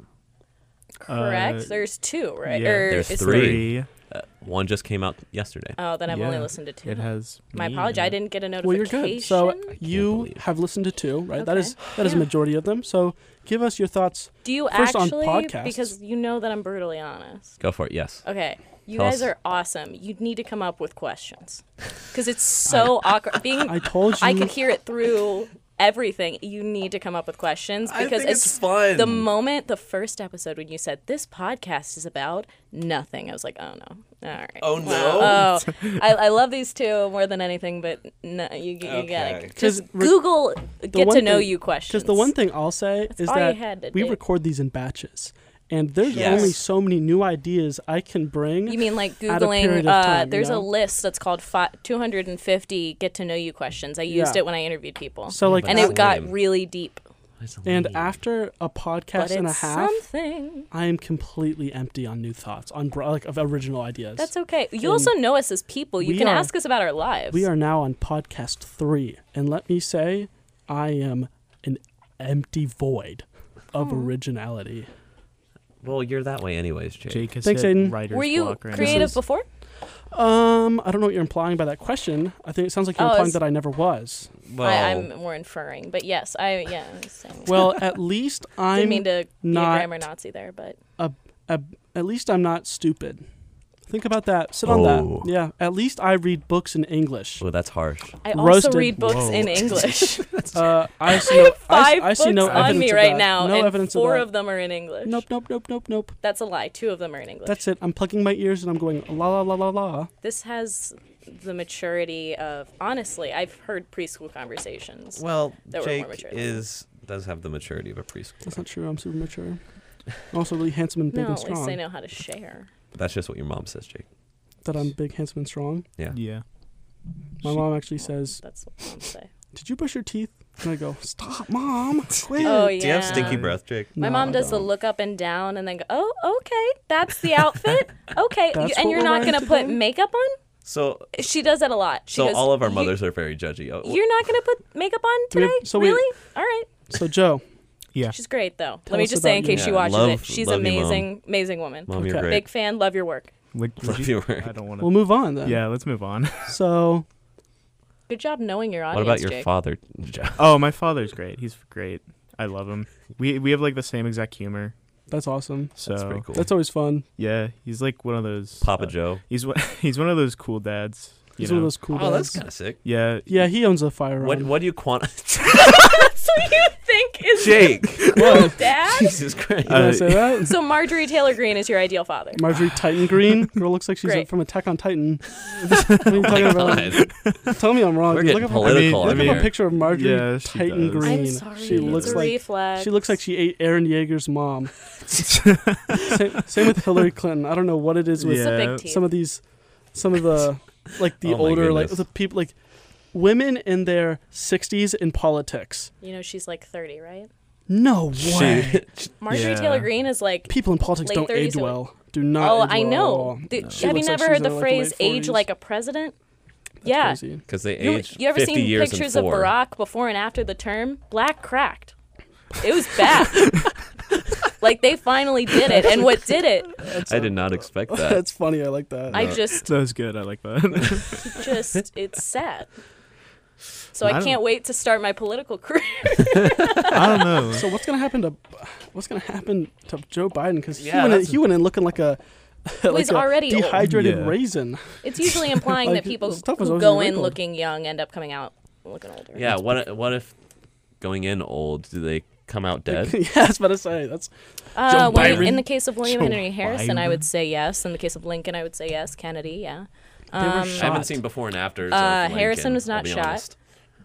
[SPEAKER 1] Correct.
[SPEAKER 4] Uh,
[SPEAKER 1] there's two, right?
[SPEAKER 4] yeah.
[SPEAKER 1] Or
[SPEAKER 3] There's
[SPEAKER 1] is there-
[SPEAKER 3] three. Uh, one just came out yesterday.
[SPEAKER 1] Oh, then I've only
[SPEAKER 4] Yeah,
[SPEAKER 1] listened to two.
[SPEAKER 4] It has.
[SPEAKER 1] My
[SPEAKER 4] me
[SPEAKER 1] apology.
[SPEAKER 4] in
[SPEAKER 1] I
[SPEAKER 4] it.
[SPEAKER 1] didn't get a
[SPEAKER 2] Well,
[SPEAKER 1] notification.
[SPEAKER 2] you're good. So
[SPEAKER 3] can't
[SPEAKER 2] you
[SPEAKER 3] believe.
[SPEAKER 2] have listened to two, right? That is that is a
[SPEAKER 1] Yeah.
[SPEAKER 2] majority of them. So give us your thoughts.
[SPEAKER 1] Do you
[SPEAKER 2] First on
[SPEAKER 1] actually?
[SPEAKER 2] podcasts.
[SPEAKER 1] because you know that I'm brutally honest.
[SPEAKER 3] Go for it. Yes.
[SPEAKER 1] Okay. You
[SPEAKER 3] Tell
[SPEAKER 1] guys
[SPEAKER 3] us.
[SPEAKER 1] are awesome. You need to come up with questions. Because it's
[SPEAKER 2] [LAUGHS]
[SPEAKER 1] so awkward. Being
[SPEAKER 2] I told you.
[SPEAKER 1] I could hear it through everything. You need to come up with questions
[SPEAKER 3] I
[SPEAKER 1] because
[SPEAKER 3] think it's fun.
[SPEAKER 1] The moment the first episode when you said this podcast is about nothing, I was like, oh no, all right.
[SPEAKER 3] Oh,
[SPEAKER 1] Wow.
[SPEAKER 2] [LAUGHS]
[SPEAKER 1] Oh, I, I love these two more than anything, but no, you, you got
[SPEAKER 3] Okay.
[SPEAKER 1] it.
[SPEAKER 2] 'Cause
[SPEAKER 1] Just
[SPEAKER 2] re-
[SPEAKER 1] Google get to
[SPEAKER 2] one
[SPEAKER 1] know
[SPEAKER 2] thing-
[SPEAKER 1] you questions.
[SPEAKER 2] Because the one thing I'll say is
[SPEAKER 1] all you
[SPEAKER 2] that
[SPEAKER 1] had to
[SPEAKER 2] we
[SPEAKER 1] do.
[SPEAKER 2] record these in batches, and there's
[SPEAKER 3] Yes.
[SPEAKER 2] only so many new ideas I can bring.
[SPEAKER 1] You mean
[SPEAKER 2] [LAUGHS]
[SPEAKER 1] like
[SPEAKER 2] at a period
[SPEAKER 1] Googling?
[SPEAKER 2] of
[SPEAKER 1] Uh,
[SPEAKER 2] time, you
[SPEAKER 1] there's
[SPEAKER 2] know?
[SPEAKER 1] a list that's called fi- 250 get to know you questions. I used
[SPEAKER 2] Yeah.
[SPEAKER 1] it when I interviewed people.
[SPEAKER 2] So like,
[SPEAKER 1] and
[SPEAKER 2] a-
[SPEAKER 1] it got
[SPEAKER 3] Lame.
[SPEAKER 1] really deep.
[SPEAKER 3] It's
[SPEAKER 2] and
[SPEAKER 3] lame.
[SPEAKER 2] after a
[SPEAKER 1] But
[SPEAKER 2] podcast and a
[SPEAKER 1] it's
[SPEAKER 2] half,
[SPEAKER 1] something.
[SPEAKER 2] I am completely empty on new thoughts on bro- like of original ideas.
[SPEAKER 1] That's okay. You
[SPEAKER 2] And
[SPEAKER 1] also know us as people. You
[SPEAKER 2] we
[SPEAKER 1] can
[SPEAKER 2] are-
[SPEAKER 1] ask us about our lives.
[SPEAKER 2] we are now on podcast three, and let me say, I am an empty void of originality.
[SPEAKER 3] well, you're that way anyways, Jake.
[SPEAKER 4] Jake has
[SPEAKER 2] Thanks,
[SPEAKER 4] hit
[SPEAKER 2] Aiden.
[SPEAKER 4] writer's
[SPEAKER 1] Were you
[SPEAKER 4] block right now.
[SPEAKER 1] creative
[SPEAKER 2] is-
[SPEAKER 1] before?
[SPEAKER 2] Um, I don't know what you're implying by that question. I think it sounds like you're
[SPEAKER 1] Oh,
[SPEAKER 2] implying
[SPEAKER 1] it's-
[SPEAKER 2] that I never was.
[SPEAKER 3] Well,
[SPEAKER 1] I, I'm more inferring, but yes, I yeah. I was saying- [LAUGHS]
[SPEAKER 2] Well, at least
[SPEAKER 1] didn't
[SPEAKER 2] I'm
[SPEAKER 1] mean to be a
[SPEAKER 2] not-
[SPEAKER 1] grammar Nazi there, but
[SPEAKER 2] a, at least I'm not stupid. Think about that. Sit on
[SPEAKER 3] Oh.
[SPEAKER 2] that. Yeah. At least I read books in English.
[SPEAKER 3] oh, that's harsh.
[SPEAKER 1] I
[SPEAKER 2] Roasted.
[SPEAKER 1] also read books
[SPEAKER 4] Whoa.
[SPEAKER 1] in English.
[SPEAKER 2] Uh, [LAUGHS]
[SPEAKER 1] [LAUGHS]
[SPEAKER 2] I see no, I,
[SPEAKER 1] Five
[SPEAKER 2] s- I see
[SPEAKER 1] books
[SPEAKER 2] no
[SPEAKER 1] on
[SPEAKER 2] evidence
[SPEAKER 1] me
[SPEAKER 2] of
[SPEAKER 1] right
[SPEAKER 2] that.
[SPEAKER 1] now,
[SPEAKER 2] No
[SPEAKER 1] and
[SPEAKER 2] evidence
[SPEAKER 1] four
[SPEAKER 2] of,
[SPEAKER 1] of them are in English.
[SPEAKER 2] that. Nope, nope, nope, nope, nope.
[SPEAKER 1] That's a lie. Two of them are in English.
[SPEAKER 2] That's it. I'm plugging my ears and I'm going la la la la la.
[SPEAKER 1] this has the maturity of honestly, I've heard preschool conversations.
[SPEAKER 3] Well,
[SPEAKER 1] That were more
[SPEAKER 3] Jake
[SPEAKER 1] mature.
[SPEAKER 3] is does have the maturity of a preschool.
[SPEAKER 2] That's not true. I'm super mature. I'm also really handsome and big
[SPEAKER 1] no,
[SPEAKER 2] and
[SPEAKER 1] at least
[SPEAKER 2] strong.
[SPEAKER 1] they know how to share.
[SPEAKER 3] That's just what your mom says, Jake.
[SPEAKER 2] That I'm big, handsome, and strong.
[SPEAKER 3] Yeah.
[SPEAKER 4] Yeah.
[SPEAKER 2] My mom actually says,
[SPEAKER 1] That's what I'm
[SPEAKER 2] [LAUGHS]
[SPEAKER 1] saying.
[SPEAKER 2] "Did you brush your teeth?" And I go,
[SPEAKER 1] [LAUGHS]
[SPEAKER 2] "Stop, mom! Quit."
[SPEAKER 1] Oh yeah.
[SPEAKER 3] Do you have stinky
[SPEAKER 4] Yeah.
[SPEAKER 3] breath, Jake?
[SPEAKER 1] My
[SPEAKER 2] No,
[SPEAKER 1] mom
[SPEAKER 2] I
[SPEAKER 1] does the
[SPEAKER 2] don't.
[SPEAKER 1] look up and down and then go, oh, okay, that's the
[SPEAKER 2] [LAUGHS]
[SPEAKER 1] outfit. Okay, you,
[SPEAKER 2] That's
[SPEAKER 1] and
[SPEAKER 2] what
[SPEAKER 1] you're
[SPEAKER 2] we're
[SPEAKER 1] not
[SPEAKER 2] wearing
[SPEAKER 1] going to put
[SPEAKER 2] today?
[SPEAKER 1] makeup on?
[SPEAKER 3] So,
[SPEAKER 1] She does that a lot. She
[SPEAKER 3] so
[SPEAKER 1] goes,
[SPEAKER 3] all of our
[SPEAKER 1] "You-
[SPEAKER 3] mothers are very judgy. Oh,
[SPEAKER 1] You're not going to put makeup on
[SPEAKER 2] Do we
[SPEAKER 1] today?
[SPEAKER 2] have- so we-
[SPEAKER 1] really? all right.
[SPEAKER 2] So Joe,
[SPEAKER 4] Yeah.
[SPEAKER 1] She's great, though.
[SPEAKER 2] Tell
[SPEAKER 1] Let me
[SPEAKER 2] us
[SPEAKER 1] just say,
[SPEAKER 2] about
[SPEAKER 1] in case
[SPEAKER 3] you.
[SPEAKER 1] she
[SPEAKER 3] Yeah,
[SPEAKER 1] watches
[SPEAKER 3] love-
[SPEAKER 1] it, she's
[SPEAKER 3] love you, Mom.
[SPEAKER 1] amazing, amazing woman.
[SPEAKER 3] mom, you're
[SPEAKER 2] Okay.
[SPEAKER 3] great.
[SPEAKER 1] Big fan. Love your work.
[SPEAKER 4] Would, would
[SPEAKER 3] Love
[SPEAKER 4] you,
[SPEAKER 3] your work.
[SPEAKER 4] I don't want
[SPEAKER 2] we'll
[SPEAKER 4] to.
[SPEAKER 2] move on then.
[SPEAKER 4] Yeah, let's move on. [LAUGHS]
[SPEAKER 2] So
[SPEAKER 1] Good job knowing your
[SPEAKER 3] What
[SPEAKER 1] audience.
[SPEAKER 3] about your
[SPEAKER 1] Jake.
[SPEAKER 3] father? [LAUGHS] Joe?
[SPEAKER 4] Oh, my father's great. He's great. I love him. We we have like the same exact humor.
[SPEAKER 2] that's awesome.
[SPEAKER 4] So
[SPEAKER 3] That's pretty cool.
[SPEAKER 2] That's always fun.
[SPEAKER 4] yeah, he's like one of those
[SPEAKER 3] Papa
[SPEAKER 4] uh,
[SPEAKER 3] Joe.
[SPEAKER 4] He's one. [LAUGHS] He's one of those cool dads. You
[SPEAKER 2] He's
[SPEAKER 4] know?
[SPEAKER 2] one of those cool
[SPEAKER 3] Oh, that's
[SPEAKER 2] dads.
[SPEAKER 3] kind of sick.
[SPEAKER 4] Yeah.
[SPEAKER 2] Yeah,
[SPEAKER 4] [LAUGHS]
[SPEAKER 2] he owns a firearm.
[SPEAKER 3] What What do you [LAUGHS] quantify?
[SPEAKER 1] That's what you think is
[SPEAKER 2] [LAUGHS]
[SPEAKER 3] Jake.
[SPEAKER 1] cool dad?
[SPEAKER 3] Jesus Christ.
[SPEAKER 2] Did I
[SPEAKER 4] Uh,
[SPEAKER 2] say
[SPEAKER 4] [LAUGHS]
[SPEAKER 2] that?
[SPEAKER 1] So Marjorie Taylor Greene is your ideal father.
[SPEAKER 2] Marjorie Titan Green. Girl looks like she's
[SPEAKER 1] Great.
[SPEAKER 2] from Attack on Titan. what are you talking
[SPEAKER 4] [LAUGHS]
[SPEAKER 2] about?
[SPEAKER 3] God.
[SPEAKER 2] Tell me I'm wrong.
[SPEAKER 3] We're
[SPEAKER 2] dude.
[SPEAKER 3] getting
[SPEAKER 2] Look up,
[SPEAKER 3] political
[SPEAKER 2] look up
[SPEAKER 4] I
[SPEAKER 3] on
[SPEAKER 4] mean-
[SPEAKER 2] a
[SPEAKER 3] here.
[SPEAKER 2] picture of Marjorie
[SPEAKER 4] Yeah, she
[SPEAKER 2] Titan
[SPEAKER 4] does.
[SPEAKER 2] Green.
[SPEAKER 1] I'm sorry.
[SPEAKER 2] she
[SPEAKER 1] it's
[SPEAKER 2] looks
[SPEAKER 1] a
[SPEAKER 2] like
[SPEAKER 1] reflex.
[SPEAKER 2] she looks like she ate Aaron Yeager's
[SPEAKER 3] [LAUGHS]
[SPEAKER 2] mom. same, same with Hillary Clinton. I don't know what it is with
[SPEAKER 1] It's a big teeth.
[SPEAKER 2] some of these, some of the, like the
[SPEAKER 3] Oh my
[SPEAKER 2] older, like
[SPEAKER 3] goodness.
[SPEAKER 2] the people, like women in their 60s in politics.
[SPEAKER 1] You know, she's like 30, right?
[SPEAKER 2] No way.
[SPEAKER 3] [LAUGHS]
[SPEAKER 1] Marjorie
[SPEAKER 4] Yeah.
[SPEAKER 1] Taylor Greene is like.
[SPEAKER 2] people in politics
[SPEAKER 1] Late
[SPEAKER 2] don't
[SPEAKER 1] 30s
[SPEAKER 2] age
[SPEAKER 1] or-
[SPEAKER 2] well. Do not.
[SPEAKER 1] Oh,
[SPEAKER 2] age
[SPEAKER 1] I
[SPEAKER 2] well at
[SPEAKER 1] know.
[SPEAKER 2] all.
[SPEAKER 1] Th-
[SPEAKER 2] She
[SPEAKER 1] Have you
[SPEAKER 2] looks like
[SPEAKER 1] never
[SPEAKER 2] she's
[SPEAKER 1] heard
[SPEAKER 2] in
[SPEAKER 1] the
[SPEAKER 2] her, like,
[SPEAKER 1] phrase
[SPEAKER 2] late
[SPEAKER 1] "age
[SPEAKER 2] 40s.
[SPEAKER 1] like a president"?
[SPEAKER 2] That's
[SPEAKER 1] yeah.
[SPEAKER 2] crazy.
[SPEAKER 3] Because they
[SPEAKER 1] You,
[SPEAKER 3] aged
[SPEAKER 1] you ever
[SPEAKER 3] 50
[SPEAKER 1] seen
[SPEAKER 3] years
[SPEAKER 1] pictures
[SPEAKER 3] in
[SPEAKER 1] of
[SPEAKER 3] four.
[SPEAKER 1] Barack before and after the term? Black cracked. It was bad.
[SPEAKER 3] [LAUGHS]
[SPEAKER 1] like they finally did it, and what did it?
[SPEAKER 3] I did not
[SPEAKER 2] [LAUGHS]
[SPEAKER 3] expect that.
[SPEAKER 2] That's funny. I like that.
[SPEAKER 1] I
[SPEAKER 3] Uh,
[SPEAKER 1] just,
[SPEAKER 4] That was good. I
[SPEAKER 2] [LAUGHS]
[SPEAKER 4] like that.
[SPEAKER 1] [LAUGHS] just, it's sad. So
[SPEAKER 4] I
[SPEAKER 1] I,
[SPEAKER 4] don't-
[SPEAKER 1] can't wait to start my political [LAUGHS] career.
[SPEAKER 4] I don't know.
[SPEAKER 2] so what's gonna happen to what's gonna happen to Joe Biden? Because
[SPEAKER 3] Yeah,
[SPEAKER 2] he went in,
[SPEAKER 3] that's-
[SPEAKER 2] he went in looking like a [LAUGHS] like
[SPEAKER 1] he's
[SPEAKER 2] a
[SPEAKER 1] already old.
[SPEAKER 2] dehydrated
[SPEAKER 4] Yeah.
[SPEAKER 2] raisin.
[SPEAKER 1] It's usually implying
[SPEAKER 2] Like,
[SPEAKER 1] that people
[SPEAKER 2] this stuff is
[SPEAKER 1] who
[SPEAKER 2] always
[SPEAKER 1] go in
[SPEAKER 2] wrinkled.
[SPEAKER 1] looking young end up coming out looking older.
[SPEAKER 3] Yeah. What What if going in old? Do they come out dead?
[SPEAKER 2] [LAUGHS] yeah, I was about to say that's
[SPEAKER 1] Uh,
[SPEAKER 2] Joe
[SPEAKER 1] William-
[SPEAKER 2] Byron.
[SPEAKER 1] in the case of William
[SPEAKER 2] Joe
[SPEAKER 1] Henry Harrison, I
[SPEAKER 4] Byron.
[SPEAKER 1] would say yes. In the case of Lincoln, I would say yes. Kennedy, yeah. Um,
[SPEAKER 2] they were
[SPEAKER 3] I haven't
[SPEAKER 2] shot.
[SPEAKER 3] seen before and after.
[SPEAKER 1] Uh, Harrison was not shot.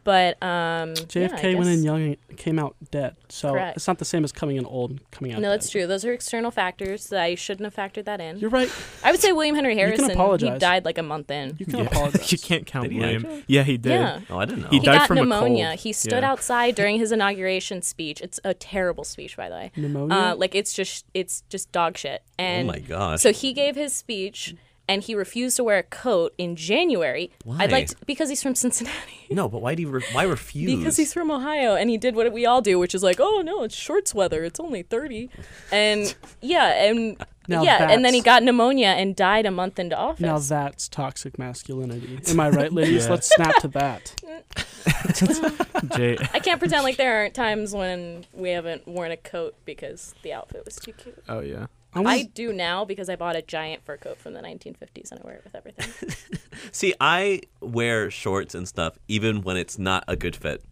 [SPEAKER 1] But um, yeah, I
[SPEAKER 2] JFK went in
[SPEAKER 1] guess-
[SPEAKER 2] young and came out dead. So
[SPEAKER 1] Correct.
[SPEAKER 2] it's not the same as coming in old and coming out.
[SPEAKER 1] No, that's
[SPEAKER 2] dead.
[SPEAKER 1] true. Those are external factors that I shouldn't have factored that in.
[SPEAKER 2] You're right.
[SPEAKER 1] I would say William Henry Harrison.
[SPEAKER 2] apologize.
[SPEAKER 1] He died like a month in.
[SPEAKER 2] You can
[SPEAKER 4] Yeah. [LAUGHS]
[SPEAKER 2] apologize.
[SPEAKER 4] you can't count
[SPEAKER 3] Did he
[SPEAKER 4] William.
[SPEAKER 3] actually?
[SPEAKER 4] Yeah, he did.
[SPEAKER 1] Yeah.
[SPEAKER 3] Oh, I didn't know.
[SPEAKER 4] He
[SPEAKER 1] He
[SPEAKER 4] died
[SPEAKER 1] got
[SPEAKER 4] from a
[SPEAKER 1] pneumonia.
[SPEAKER 4] cold.
[SPEAKER 1] He stood
[SPEAKER 4] Yeah.
[SPEAKER 1] outside during his inauguration speech. It's a terrible speech, by the
[SPEAKER 4] Oh,
[SPEAKER 1] way.
[SPEAKER 2] Pneumonia.
[SPEAKER 1] Uh, like it's just it's just dog shit.
[SPEAKER 3] oh
[SPEAKER 1] And
[SPEAKER 3] my gosh.
[SPEAKER 1] so he gave his speech, and he refused to wear a coat in January.
[SPEAKER 3] Why?
[SPEAKER 1] I'd like to, because he's from
[SPEAKER 4] [LAUGHS]
[SPEAKER 1] Cincinnati.
[SPEAKER 3] No, but why do you re- why refuse?
[SPEAKER 1] Because he's from Ohio and he did what we all do, which is like, oh no, it's shorts weather. It's only 30. And yeah, and
[SPEAKER 2] [LAUGHS] Now
[SPEAKER 1] yeah, and then he
[SPEAKER 2] that's-
[SPEAKER 1] got pneumonia and died a month into office.
[SPEAKER 2] Now that's toxic masculinity. Am I
[SPEAKER 4] [LAUGHS]
[SPEAKER 2] right, ladies?
[SPEAKER 4] Yeah.
[SPEAKER 2] Let's snap to
[SPEAKER 1] [LAUGHS]
[SPEAKER 2] that.
[SPEAKER 4] Jay,
[SPEAKER 1] I can't pretend like there aren't times when we haven't worn a coat because the outfit was too cute.
[SPEAKER 4] oh yeah.
[SPEAKER 2] I was,
[SPEAKER 1] I do now because I bought a giant fur coat from the 1950s and I wear it with everything.
[SPEAKER 3] See, I wear shorts and stuff even when it's not a good fit.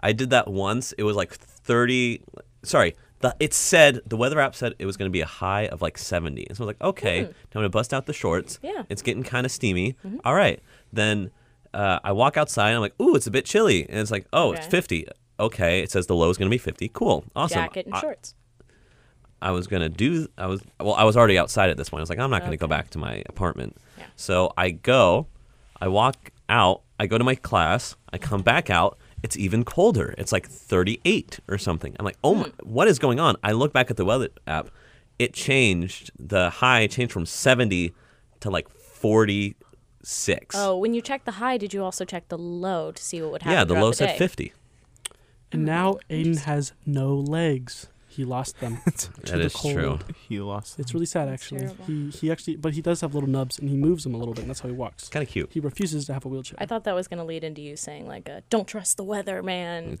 [SPEAKER 3] I did that once. It was like 30. Sorry. The, it said, the weather app said it was going to be a high of like 70. And so I was like, okay, now I'm going to bust out the shorts.
[SPEAKER 1] Hmm. Yeah. Mm-hmm.
[SPEAKER 3] It's getting kind of steamy. All right. Then uh, I walk outside and I'm like, ooh, it's a bit chilly. And it's like, oh, it's
[SPEAKER 1] Okay.
[SPEAKER 3] 50. Okay. It says the low is going to be 50. Cool. [LAUGHS] Awesome.
[SPEAKER 1] Jacket and
[SPEAKER 3] I-
[SPEAKER 1] shorts.
[SPEAKER 3] I was gonna do. I was well. I was already outside at this point. I was like, I'm not gonna go
[SPEAKER 1] Okay.
[SPEAKER 3] back to my apartment.
[SPEAKER 1] Yeah.
[SPEAKER 3] So I go, I walk out. I go to my class. I come back out. It's even colder. It's like 38 or something. I'm like, oh my,
[SPEAKER 1] Hmm.
[SPEAKER 3] what is going on? I look back at the weather app. It changed. The high changed from 70 to like 46.
[SPEAKER 1] Oh, when you checked the high, did you also check the low to see what would happen?
[SPEAKER 3] yeah. The
[SPEAKER 1] throughout
[SPEAKER 3] low
[SPEAKER 1] the
[SPEAKER 3] said
[SPEAKER 1] day?
[SPEAKER 3] 50.
[SPEAKER 2] and now Aiden has no legs. He lost
[SPEAKER 4] [LAUGHS]
[SPEAKER 2] them to
[SPEAKER 3] That
[SPEAKER 2] the
[SPEAKER 3] is
[SPEAKER 2] cold.
[SPEAKER 3] true.
[SPEAKER 4] He lost.
[SPEAKER 2] It's really sad, actually.
[SPEAKER 1] terrible.
[SPEAKER 2] He he actually, but he does have little nubs, and he moves them a little bit, and that's how he walks.
[SPEAKER 3] Kind of cute.
[SPEAKER 2] He refuses to have a wheelchair.
[SPEAKER 1] I thought that was going to lead into you saying like, uh, "Don't trust the weather,
[SPEAKER 3] [LAUGHS]
[SPEAKER 1] man." [LAUGHS]
[SPEAKER 3] Don't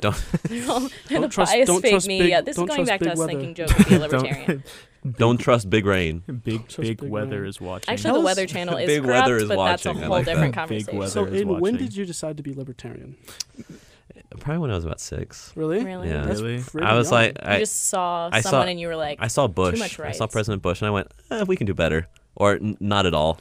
[SPEAKER 1] don't
[SPEAKER 2] Don't
[SPEAKER 1] the
[SPEAKER 2] trust-
[SPEAKER 1] bias
[SPEAKER 2] don't
[SPEAKER 1] fake
[SPEAKER 2] trust big-
[SPEAKER 1] media. this is
[SPEAKER 2] don't
[SPEAKER 1] going
[SPEAKER 2] trust
[SPEAKER 1] back to
[SPEAKER 2] big
[SPEAKER 1] us
[SPEAKER 2] weather.
[SPEAKER 1] thinking Joe would
[SPEAKER 3] [LAUGHS]
[SPEAKER 1] be a
[SPEAKER 4] [LAUGHS] Don't-
[SPEAKER 1] libertarian.
[SPEAKER 3] don't trust big rain.
[SPEAKER 4] big
[SPEAKER 2] Just
[SPEAKER 4] big
[SPEAKER 2] big
[SPEAKER 4] weather
[SPEAKER 2] man.
[SPEAKER 4] is watching.
[SPEAKER 1] Actually,
[SPEAKER 2] That
[SPEAKER 1] the
[SPEAKER 2] was-
[SPEAKER 1] Weather
[SPEAKER 3] [LAUGHS]
[SPEAKER 1] Channel is
[SPEAKER 3] Big
[SPEAKER 1] corrupt,
[SPEAKER 3] weather is
[SPEAKER 1] but that's a
[SPEAKER 3] watching. I
[SPEAKER 1] whole
[SPEAKER 3] like that.
[SPEAKER 1] different
[SPEAKER 4] Big
[SPEAKER 1] conversation.
[SPEAKER 4] weather.
[SPEAKER 2] so,
[SPEAKER 4] is
[SPEAKER 2] Aiden, when
[SPEAKER 4] watching.
[SPEAKER 2] did you decide to be libertarian?
[SPEAKER 3] Probably when I was about six.
[SPEAKER 2] Really?
[SPEAKER 1] Really?
[SPEAKER 3] Yeah.
[SPEAKER 2] That's
[SPEAKER 4] Really?
[SPEAKER 2] pretty
[SPEAKER 3] I was
[SPEAKER 2] young.
[SPEAKER 3] like,
[SPEAKER 1] You
[SPEAKER 3] I,
[SPEAKER 1] just saw
[SPEAKER 3] I saw-
[SPEAKER 1] someone and you were like,
[SPEAKER 3] I saw Bush.
[SPEAKER 1] much
[SPEAKER 3] I saw
[SPEAKER 1] rights.
[SPEAKER 3] President Bush, and I went, eh, "We can do better," or n- not
[SPEAKER 1] [LAUGHS]
[SPEAKER 3] at all.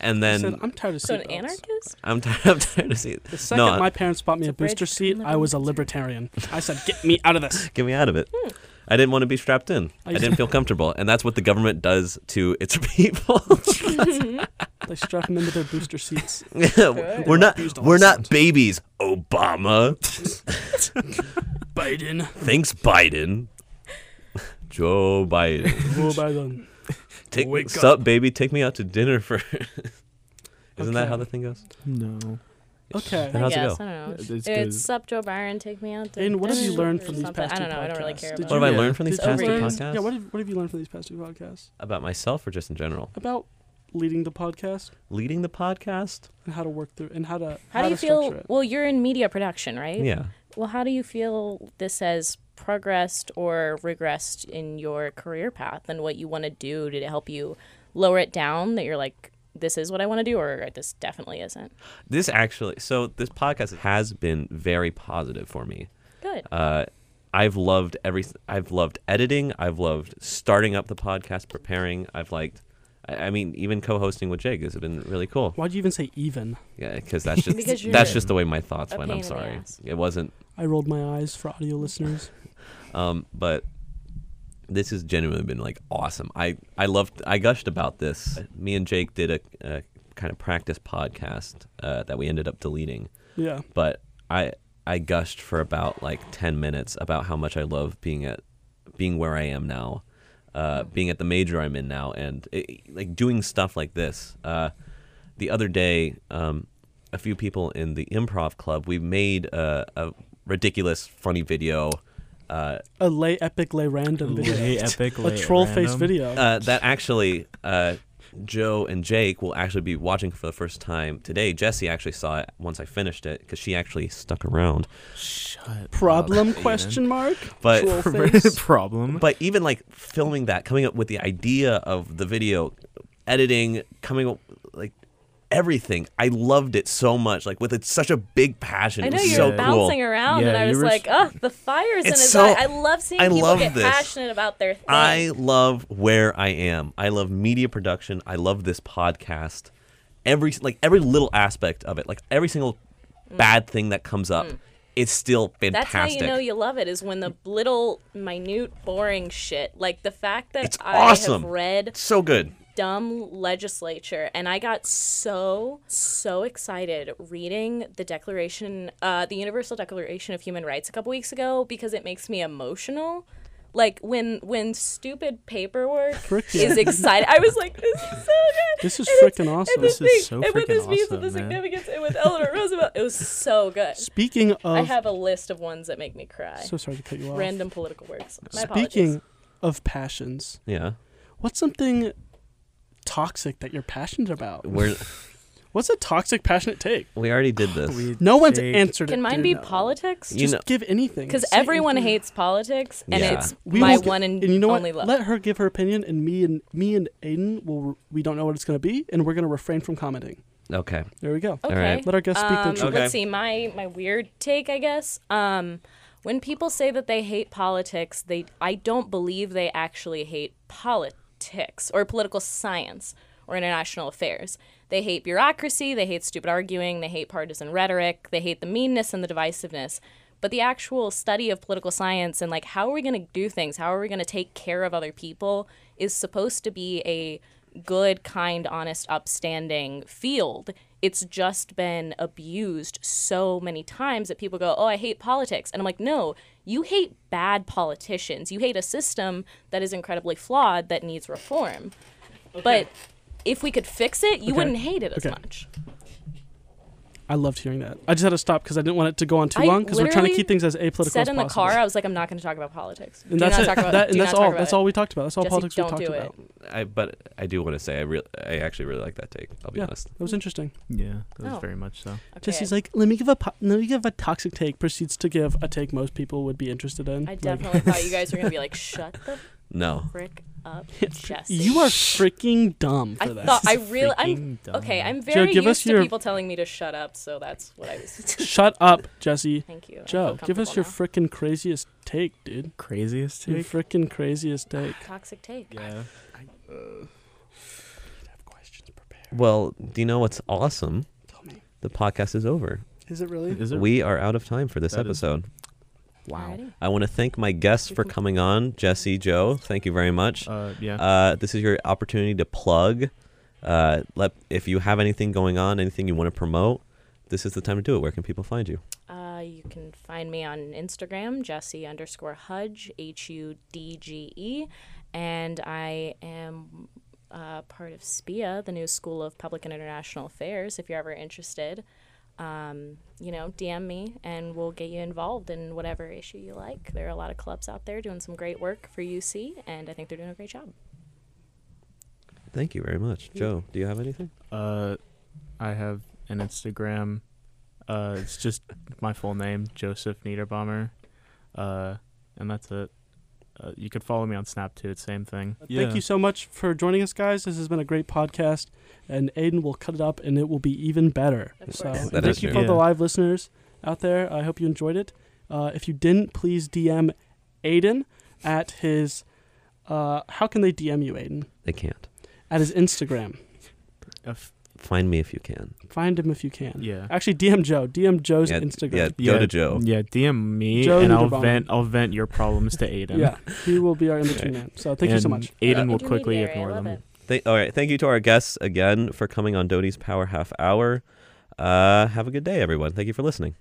[SPEAKER 3] and
[SPEAKER 2] I
[SPEAKER 3] then
[SPEAKER 2] said, I'm tired of
[SPEAKER 1] "So an
[SPEAKER 2] seatbelts."
[SPEAKER 3] [LAUGHS]
[SPEAKER 1] anarchist?"
[SPEAKER 3] I'm, tired, I'm tired of seeing.
[SPEAKER 2] The second
[SPEAKER 3] No, I-
[SPEAKER 2] my parents bought me
[SPEAKER 1] It's
[SPEAKER 2] a
[SPEAKER 1] a bridge
[SPEAKER 2] booster
[SPEAKER 1] between
[SPEAKER 2] seat, I was a libertarian. I said, "Get me out
[SPEAKER 1] [LAUGHS]
[SPEAKER 2] of this."
[SPEAKER 3] get me out of it.
[SPEAKER 1] Hmm.
[SPEAKER 3] I didn't want to be strapped in.
[SPEAKER 2] I
[SPEAKER 1] Oh,
[SPEAKER 3] I
[SPEAKER 2] used
[SPEAKER 3] didn't feel comfortable, and that's what the government does to its [LAUGHS] people.
[SPEAKER 1] [LAUGHS] Mm-hmm.
[SPEAKER 2] They strap them into their booster seats.
[SPEAKER 3] [LAUGHS] we're not,
[SPEAKER 2] Abused all
[SPEAKER 3] we're not
[SPEAKER 2] sides.
[SPEAKER 3] babies. Obama [LAUGHS]
[SPEAKER 2] Biden.
[SPEAKER 3] thanks,
[SPEAKER 1] [LAUGHS]
[SPEAKER 3] Biden. Joe Biden,
[SPEAKER 2] Joe Biden.
[SPEAKER 3] take
[SPEAKER 2] Wake
[SPEAKER 3] sup, baby. Take me out to dinner for. [LAUGHS] Isn't that
[SPEAKER 2] Okay.
[SPEAKER 3] how the thing goes?
[SPEAKER 4] no.
[SPEAKER 2] Okay.
[SPEAKER 3] Then how's
[SPEAKER 1] I
[SPEAKER 3] it
[SPEAKER 1] guess.
[SPEAKER 3] go?
[SPEAKER 1] I don't know.
[SPEAKER 4] It's
[SPEAKER 1] It's,
[SPEAKER 4] good.
[SPEAKER 1] up, Joe Byron. Take me out. to
[SPEAKER 2] Aiden, what have you
[SPEAKER 1] dinner
[SPEAKER 2] learned
[SPEAKER 1] or
[SPEAKER 2] from these
[SPEAKER 1] something.
[SPEAKER 2] past
[SPEAKER 1] I
[SPEAKER 2] two
[SPEAKER 1] don't know. I don't really
[SPEAKER 2] podcasts?
[SPEAKER 1] care
[SPEAKER 2] Did
[SPEAKER 1] about
[SPEAKER 3] What have I
[SPEAKER 4] Yeah.
[SPEAKER 3] learned from these
[SPEAKER 2] Did
[SPEAKER 3] past two
[SPEAKER 2] you learn-
[SPEAKER 3] podcasts?
[SPEAKER 2] Yeah. What have What have you learned from these past two podcasts
[SPEAKER 3] About myself or just in general?
[SPEAKER 2] about leading the podcast
[SPEAKER 3] Leading the podcast?
[SPEAKER 2] and how to work through and how to
[SPEAKER 1] How do you
[SPEAKER 2] to structure
[SPEAKER 1] feel?
[SPEAKER 2] it?
[SPEAKER 1] Well, you're in media production, right?
[SPEAKER 3] Yeah.
[SPEAKER 1] Well, how do you feel this has progressed or regressed in your career path and what you want to do? Did it help you lower it down that you're like, this is what I want to do, or this definitely isn't?
[SPEAKER 3] This actually, so this podcast has been very positive for me.
[SPEAKER 1] Good.
[SPEAKER 3] Uh, I've loved every. I've loved editing. I've loved starting up the podcast, preparing. I've liked. I I mean, even co-hosting with Jake has been really cool.
[SPEAKER 2] Why do you even say even?
[SPEAKER 3] Yeah, because that's just
[SPEAKER 1] Because you're
[SPEAKER 3] that's just the way my thoughts
[SPEAKER 1] a
[SPEAKER 3] went.
[SPEAKER 1] pain
[SPEAKER 3] I'm
[SPEAKER 1] in the
[SPEAKER 3] sorry,
[SPEAKER 1] ass.
[SPEAKER 3] it wasn't.
[SPEAKER 2] I rolled my eyes for audio listeners.
[SPEAKER 3] Um, but this has genuinely been like awesome. I I loved. I gushed about this. Me and Jake did a, a kind of practice podcast uh, that we ended up deleting.
[SPEAKER 2] Yeah.
[SPEAKER 3] but I I gushed for about like ten minutes about how much I love being at being where I am now, uh, being at the major I'm in now, and it, like doing stuff like this. Uh, the other day, um, a few people in the improv club we made a, a ridiculous funny video. Uh,
[SPEAKER 2] A lay epic lay random video.
[SPEAKER 4] Lay epic.
[SPEAKER 2] A troll face video.
[SPEAKER 3] uh, that actually uh, Joe and Jake will actually be watching for the first time today. Jesse actually saw it once I finished it because she actually stuck around.
[SPEAKER 4] Shut.
[SPEAKER 2] Problem
[SPEAKER 4] up, Aiden. [LAUGHS]
[SPEAKER 2] question mark?
[SPEAKER 3] But
[SPEAKER 2] Troll face.
[SPEAKER 4] Problem.
[SPEAKER 3] but even like filming that coming up with the idea of the video editing coming up like everything i loved it so much like with it's such a big passion
[SPEAKER 1] I
[SPEAKER 3] it
[SPEAKER 1] know
[SPEAKER 3] was
[SPEAKER 1] you're
[SPEAKER 3] so cool
[SPEAKER 1] bouncing around,
[SPEAKER 4] Yeah,
[SPEAKER 1] and I
[SPEAKER 4] you
[SPEAKER 1] was
[SPEAKER 4] were s-
[SPEAKER 1] like, "Oh, the fire's in
[SPEAKER 3] It's
[SPEAKER 1] his
[SPEAKER 3] so-
[SPEAKER 1] eye." I love seeing
[SPEAKER 3] I
[SPEAKER 1] people
[SPEAKER 3] love
[SPEAKER 1] get
[SPEAKER 3] this.
[SPEAKER 1] passionate about their thing.
[SPEAKER 3] i love where i am i love media production i love this podcast every like every little aspect of it like every single bad thing that comes up it's still
[SPEAKER 1] Mm. That's
[SPEAKER 3] fantastic
[SPEAKER 1] how you know you love it is when the little, minute, boring shit, like the fact that
[SPEAKER 3] It's
[SPEAKER 1] I
[SPEAKER 3] awesome.
[SPEAKER 1] have read
[SPEAKER 3] so good
[SPEAKER 1] dumb legislature and i got so so excited reading the declaration uh, the universal declaration of human rights a couple weeks ago because it makes me emotional Like when when stupid
[SPEAKER 4] [LAUGHS]
[SPEAKER 1] paperwork
[SPEAKER 2] Frick yeah.
[SPEAKER 1] is exciting. I was like, this is so good. [LAUGHS]
[SPEAKER 2] This
[SPEAKER 1] And
[SPEAKER 2] is
[SPEAKER 1] it's-
[SPEAKER 2] freaking awesome.
[SPEAKER 1] And this,
[SPEAKER 4] This
[SPEAKER 1] thing,
[SPEAKER 4] is [LAUGHS] so
[SPEAKER 1] and with
[SPEAKER 4] freaking
[SPEAKER 1] this piece of
[SPEAKER 4] awesome,
[SPEAKER 1] the
[SPEAKER 4] man.
[SPEAKER 1] significance, and with Eleanor Roosevelt, it was so
[SPEAKER 4] [LAUGHS]
[SPEAKER 1] good.
[SPEAKER 2] Speaking
[SPEAKER 1] I
[SPEAKER 2] of,
[SPEAKER 1] have a list of ones that make me cry.
[SPEAKER 2] so sorry to cut you off.
[SPEAKER 1] Random political works. My
[SPEAKER 2] Speaking
[SPEAKER 1] apologies.
[SPEAKER 2] of passions,
[SPEAKER 3] Yeah.
[SPEAKER 2] what's something toxic that you're passionate about?
[SPEAKER 3] We're
[SPEAKER 2] What's a toxic passion it take?
[SPEAKER 3] we already did this.
[SPEAKER 4] We
[SPEAKER 2] No one's
[SPEAKER 4] take-
[SPEAKER 2] answered it.
[SPEAKER 1] Can mine
[SPEAKER 2] dude.
[SPEAKER 1] be
[SPEAKER 2] No.
[SPEAKER 1] politics?
[SPEAKER 3] You
[SPEAKER 2] Just
[SPEAKER 3] know-
[SPEAKER 2] give anything.
[SPEAKER 1] Because
[SPEAKER 2] Say
[SPEAKER 1] everyone
[SPEAKER 2] anything.
[SPEAKER 1] hates politics, and
[SPEAKER 3] Yeah.
[SPEAKER 1] it's
[SPEAKER 2] We
[SPEAKER 1] my
[SPEAKER 2] will get-
[SPEAKER 1] one and,
[SPEAKER 2] and you know what?
[SPEAKER 1] only love.
[SPEAKER 2] Let her give her opinion, and me and me and Aiden will. We don't know what it's going to be, and we're going to refrain from commenting.
[SPEAKER 3] Okay.
[SPEAKER 2] There we go.
[SPEAKER 1] okay.
[SPEAKER 3] right.
[SPEAKER 2] Let our guest speak their
[SPEAKER 1] Um,
[SPEAKER 2] truth.
[SPEAKER 3] Okay.
[SPEAKER 1] Let's see my my weird take, I guess. Um, when people say that they hate politics, they I don't believe they actually hate politics or political science or international affairs. They hate bureaucracy. They hate stupid arguing. They hate partisan rhetoric. They hate the meanness and the divisiveness. But the actual study of political science and like how are we going to do things? How are we going to take care of other people is supposed to be a good, kind, honest, upstanding field. It's just been abused so many times that people go, Oh, I hate politics. And I'm like, No, you hate bad politicians. You hate a system that is incredibly flawed that needs reform. But if we could fix it, you
[SPEAKER 2] Okay.
[SPEAKER 1] wouldn't hate it as
[SPEAKER 2] Okay.
[SPEAKER 1] much.
[SPEAKER 2] I loved hearing that. I just had to stop because I didn't want it to go on too
[SPEAKER 1] I
[SPEAKER 2] long because we're trying to
[SPEAKER 1] literally
[SPEAKER 2] keep things as apolitical
[SPEAKER 1] Said
[SPEAKER 2] as
[SPEAKER 1] in the
[SPEAKER 2] possible.
[SPEAKER 1] car, I was like, I'm not going to talk about politics.
[SPEAKER 2] and
[SPEAKER 1] do
[SPEAKER 2] that's
[SPEAKER 1] not
[SPEAKER 2] it.
[SPEAKER 1] talk about
[SPEAKER 2] That-
[SPEAKER 1] do
[SPEAKER 2] and that's
[SPEAKER 1] not talk
[SPEAKER 2] all.
[SPEAKER 1] about
[SPEAKER 2] That's
[SPEAKER 1] it.
[SPEAKER 2] all we talked about. That's all
[SPEAKER 1] Jesse,
[SPEAKER 2] politics we
[SPEAKER 1] don't
[SPEAKER 2] talked
[SPEAKER 1] do it.
[SPEAKER 2] about.
[SPEAKER 3] I but I do want to say I really I actually really like that take. I'll be
[SPEAKER 2] Yeah.
[SPEAKER 3] honest.
[SPEAKER 2] That was interesting.
[SPEAKER 4] Yeah, that was
[SPEAKER 1] Oh.
[SPEAKER 4] very much so.
[SPEAKER 1] Okay.
[SPEAKER 2] Jesse's like, let me give a po- let me give a toxic take. Proceeds to give a take most people would be interested in.
[SPEAKER 1] I
[SPEAKER 2] Like, [LAUGHS]
[SPEAKER 1] definitely thought you guys were going to be like, Shut the
[SPEAKER 3] No.
[SPEAKER 1] frick
[SPEAKER 2] [LAUGHS]
[SPEAKER 1] up, Jesse.
[SPEAKER 2] you are freaking dumb for
[SPEAKER 1] I
[SPEAKER 2] that.
[SPEAKER 1] thought I
[SPEAKER 4] This is
[SPEAKER 1] really I'm
[SPEAKER 4] freaking dumb.
[SPEAKER 1] Okay, I'm
[SPEAKER 2] Joe,
[SPEAKER 1] very
[SPEAKER 2] give
[SPEAKER 1] used
[SPEAKER 2] us
[SPEAKER 1] to
[SPEAKER 2] your-
[SPEAKER 1] people telling me to shut up, so that's what
[SPEAKER 2] [LAUGHS]
[SPEAKER 1] I was.
[SPEAKER 2] [LAUGHS] Shut up, Jesse.
[SPEAKER 1] [LAUGHS] Thank you. I feel
[SPEAKER 2] Joe, give us your
[SPEAKER 1] comfortable
[SPEAKER 2] freaking craziest take, dude.
[SPEAKER 4] craziest
[SPEAKER 2] Your
[SPEAKER 4] take.
[SPEAKER 2] freaking craziest take.
[SPEAKER 1] now. toxic take.
[SPEAKER 4] Yeah.
[SPEAKER 2] [SIGHS] have questions prepared.
[SPEAKER 3] Well, do you know what's awesome?
[SPEAKER 2] Tell me.
[SPEAKER 3] The podcast is over.
[SPEAKER 2] Is it really?
[SPEAKER 4] Is it?
[SPEAKER 3] We are out of time for this
[SPEAKER 4] That is-
[SPEAKER 3] episode.
[SPEAKER 4] wow.
[SPEAKER 1] Alrighty.
[SPEAKER 3] I want to thank my guests for coming on, Jesse, Joe. Thank you very much.
[SPEAKER 4] Uh, yeah.
[SPEAKER 3] Uh, this is your opportunity to plug. Uh, let if you have anything going on, anything you want to promote, this is the time to do it. Where can people find you?
[SPEAKER 1] Uh, you can find me on Instagram, Jesse underscore Hudge, H U D G E, and I am uh, part of SPIA, the new School of Public and International Affairs. If you're ever interested, um, you know, DM me and we'll get you involved in whatever issue you like. There are a lot of clubs out there doing some great work for UC, and I think they're doing a great job.
[SPEAKER 3] Thank you very much, Joe. Do you have anything?
[SPEAKER 4] Uh, I have an Instagram. Uh, it's just my full name, Joseph Niederbaumer. Uh, and that's it. Uh, you could follow me on Snap too. It's same thing.
[SPEAKER 2] Thank you so much for joining us, guys. This has been a great podcast, and Aiden will cut it up, and it will be even better.
[SPEAKER 1] Of
[SPEAKER 2] So,
[SPEAKER 1] course.
[SPEAKER 2] and
[SPEAKER 3] That
[SPEAKER 2] thank
[SPEAKER 3] is
[SPEAKER 2] you
[SPEAKER 3] true.
[SPEAKER 2] for the
[SPEAKER 4] Yeah.
[SPEAKER 2] live listeners out there. I hope you enjoyed it. Uh, if you didn't, please DM Aiden at his. Uh, how can they DM you, Aiden?
[SPEAKER 3] They can't.
[SPEAKER 2] At his Instagram.
[SPEAKER 4] If-
[SPEAKER 3] Find me if you can.
[SPEAKER 2] Find him if you can.
[SPEAKER 4] yeah.
[SPEAKER 2] Actually, DM Joe. DM Joe's
[SPEAKER 3] Yeah,
[SPEAKER 2] Instagram.
[SPEAKER 3] Go
[SPEAKER 4] yeah,
[SPEAKER 3] to Joe.
[SPEAKER 4] Yeah, DM me
[SPEAKER 2] Joe
[SPEAKER 4] and I'll
[SPEAKER 2] Niederbaumer.
[SPEAKER 4] vent. I'll vent your problems to Aiden.
[SPEAKER 2] Yeah, he will be our in between
[SPEAKER 3] Okay.
[SPEAKER 2] man. So thank you so
[SPEAKER 4] And
[SPEAKER 2] much.
[SPEAKER 4] Aiden
[SPEAKER 1] Uh,
[SPEAKER 4] will quickly
[SPEAKER 1] intermediary, I
[SPEAKER 4] ignore
[SPEAKER 1] love
[SPEAKER 4] them.
[SPEAKER 1] it.
[SPEAKER 3] Thank, all right. Thank you to our guests again for coming on Doty's Power Half Hour. Uh, have a good day, everyone. Thank you for listening.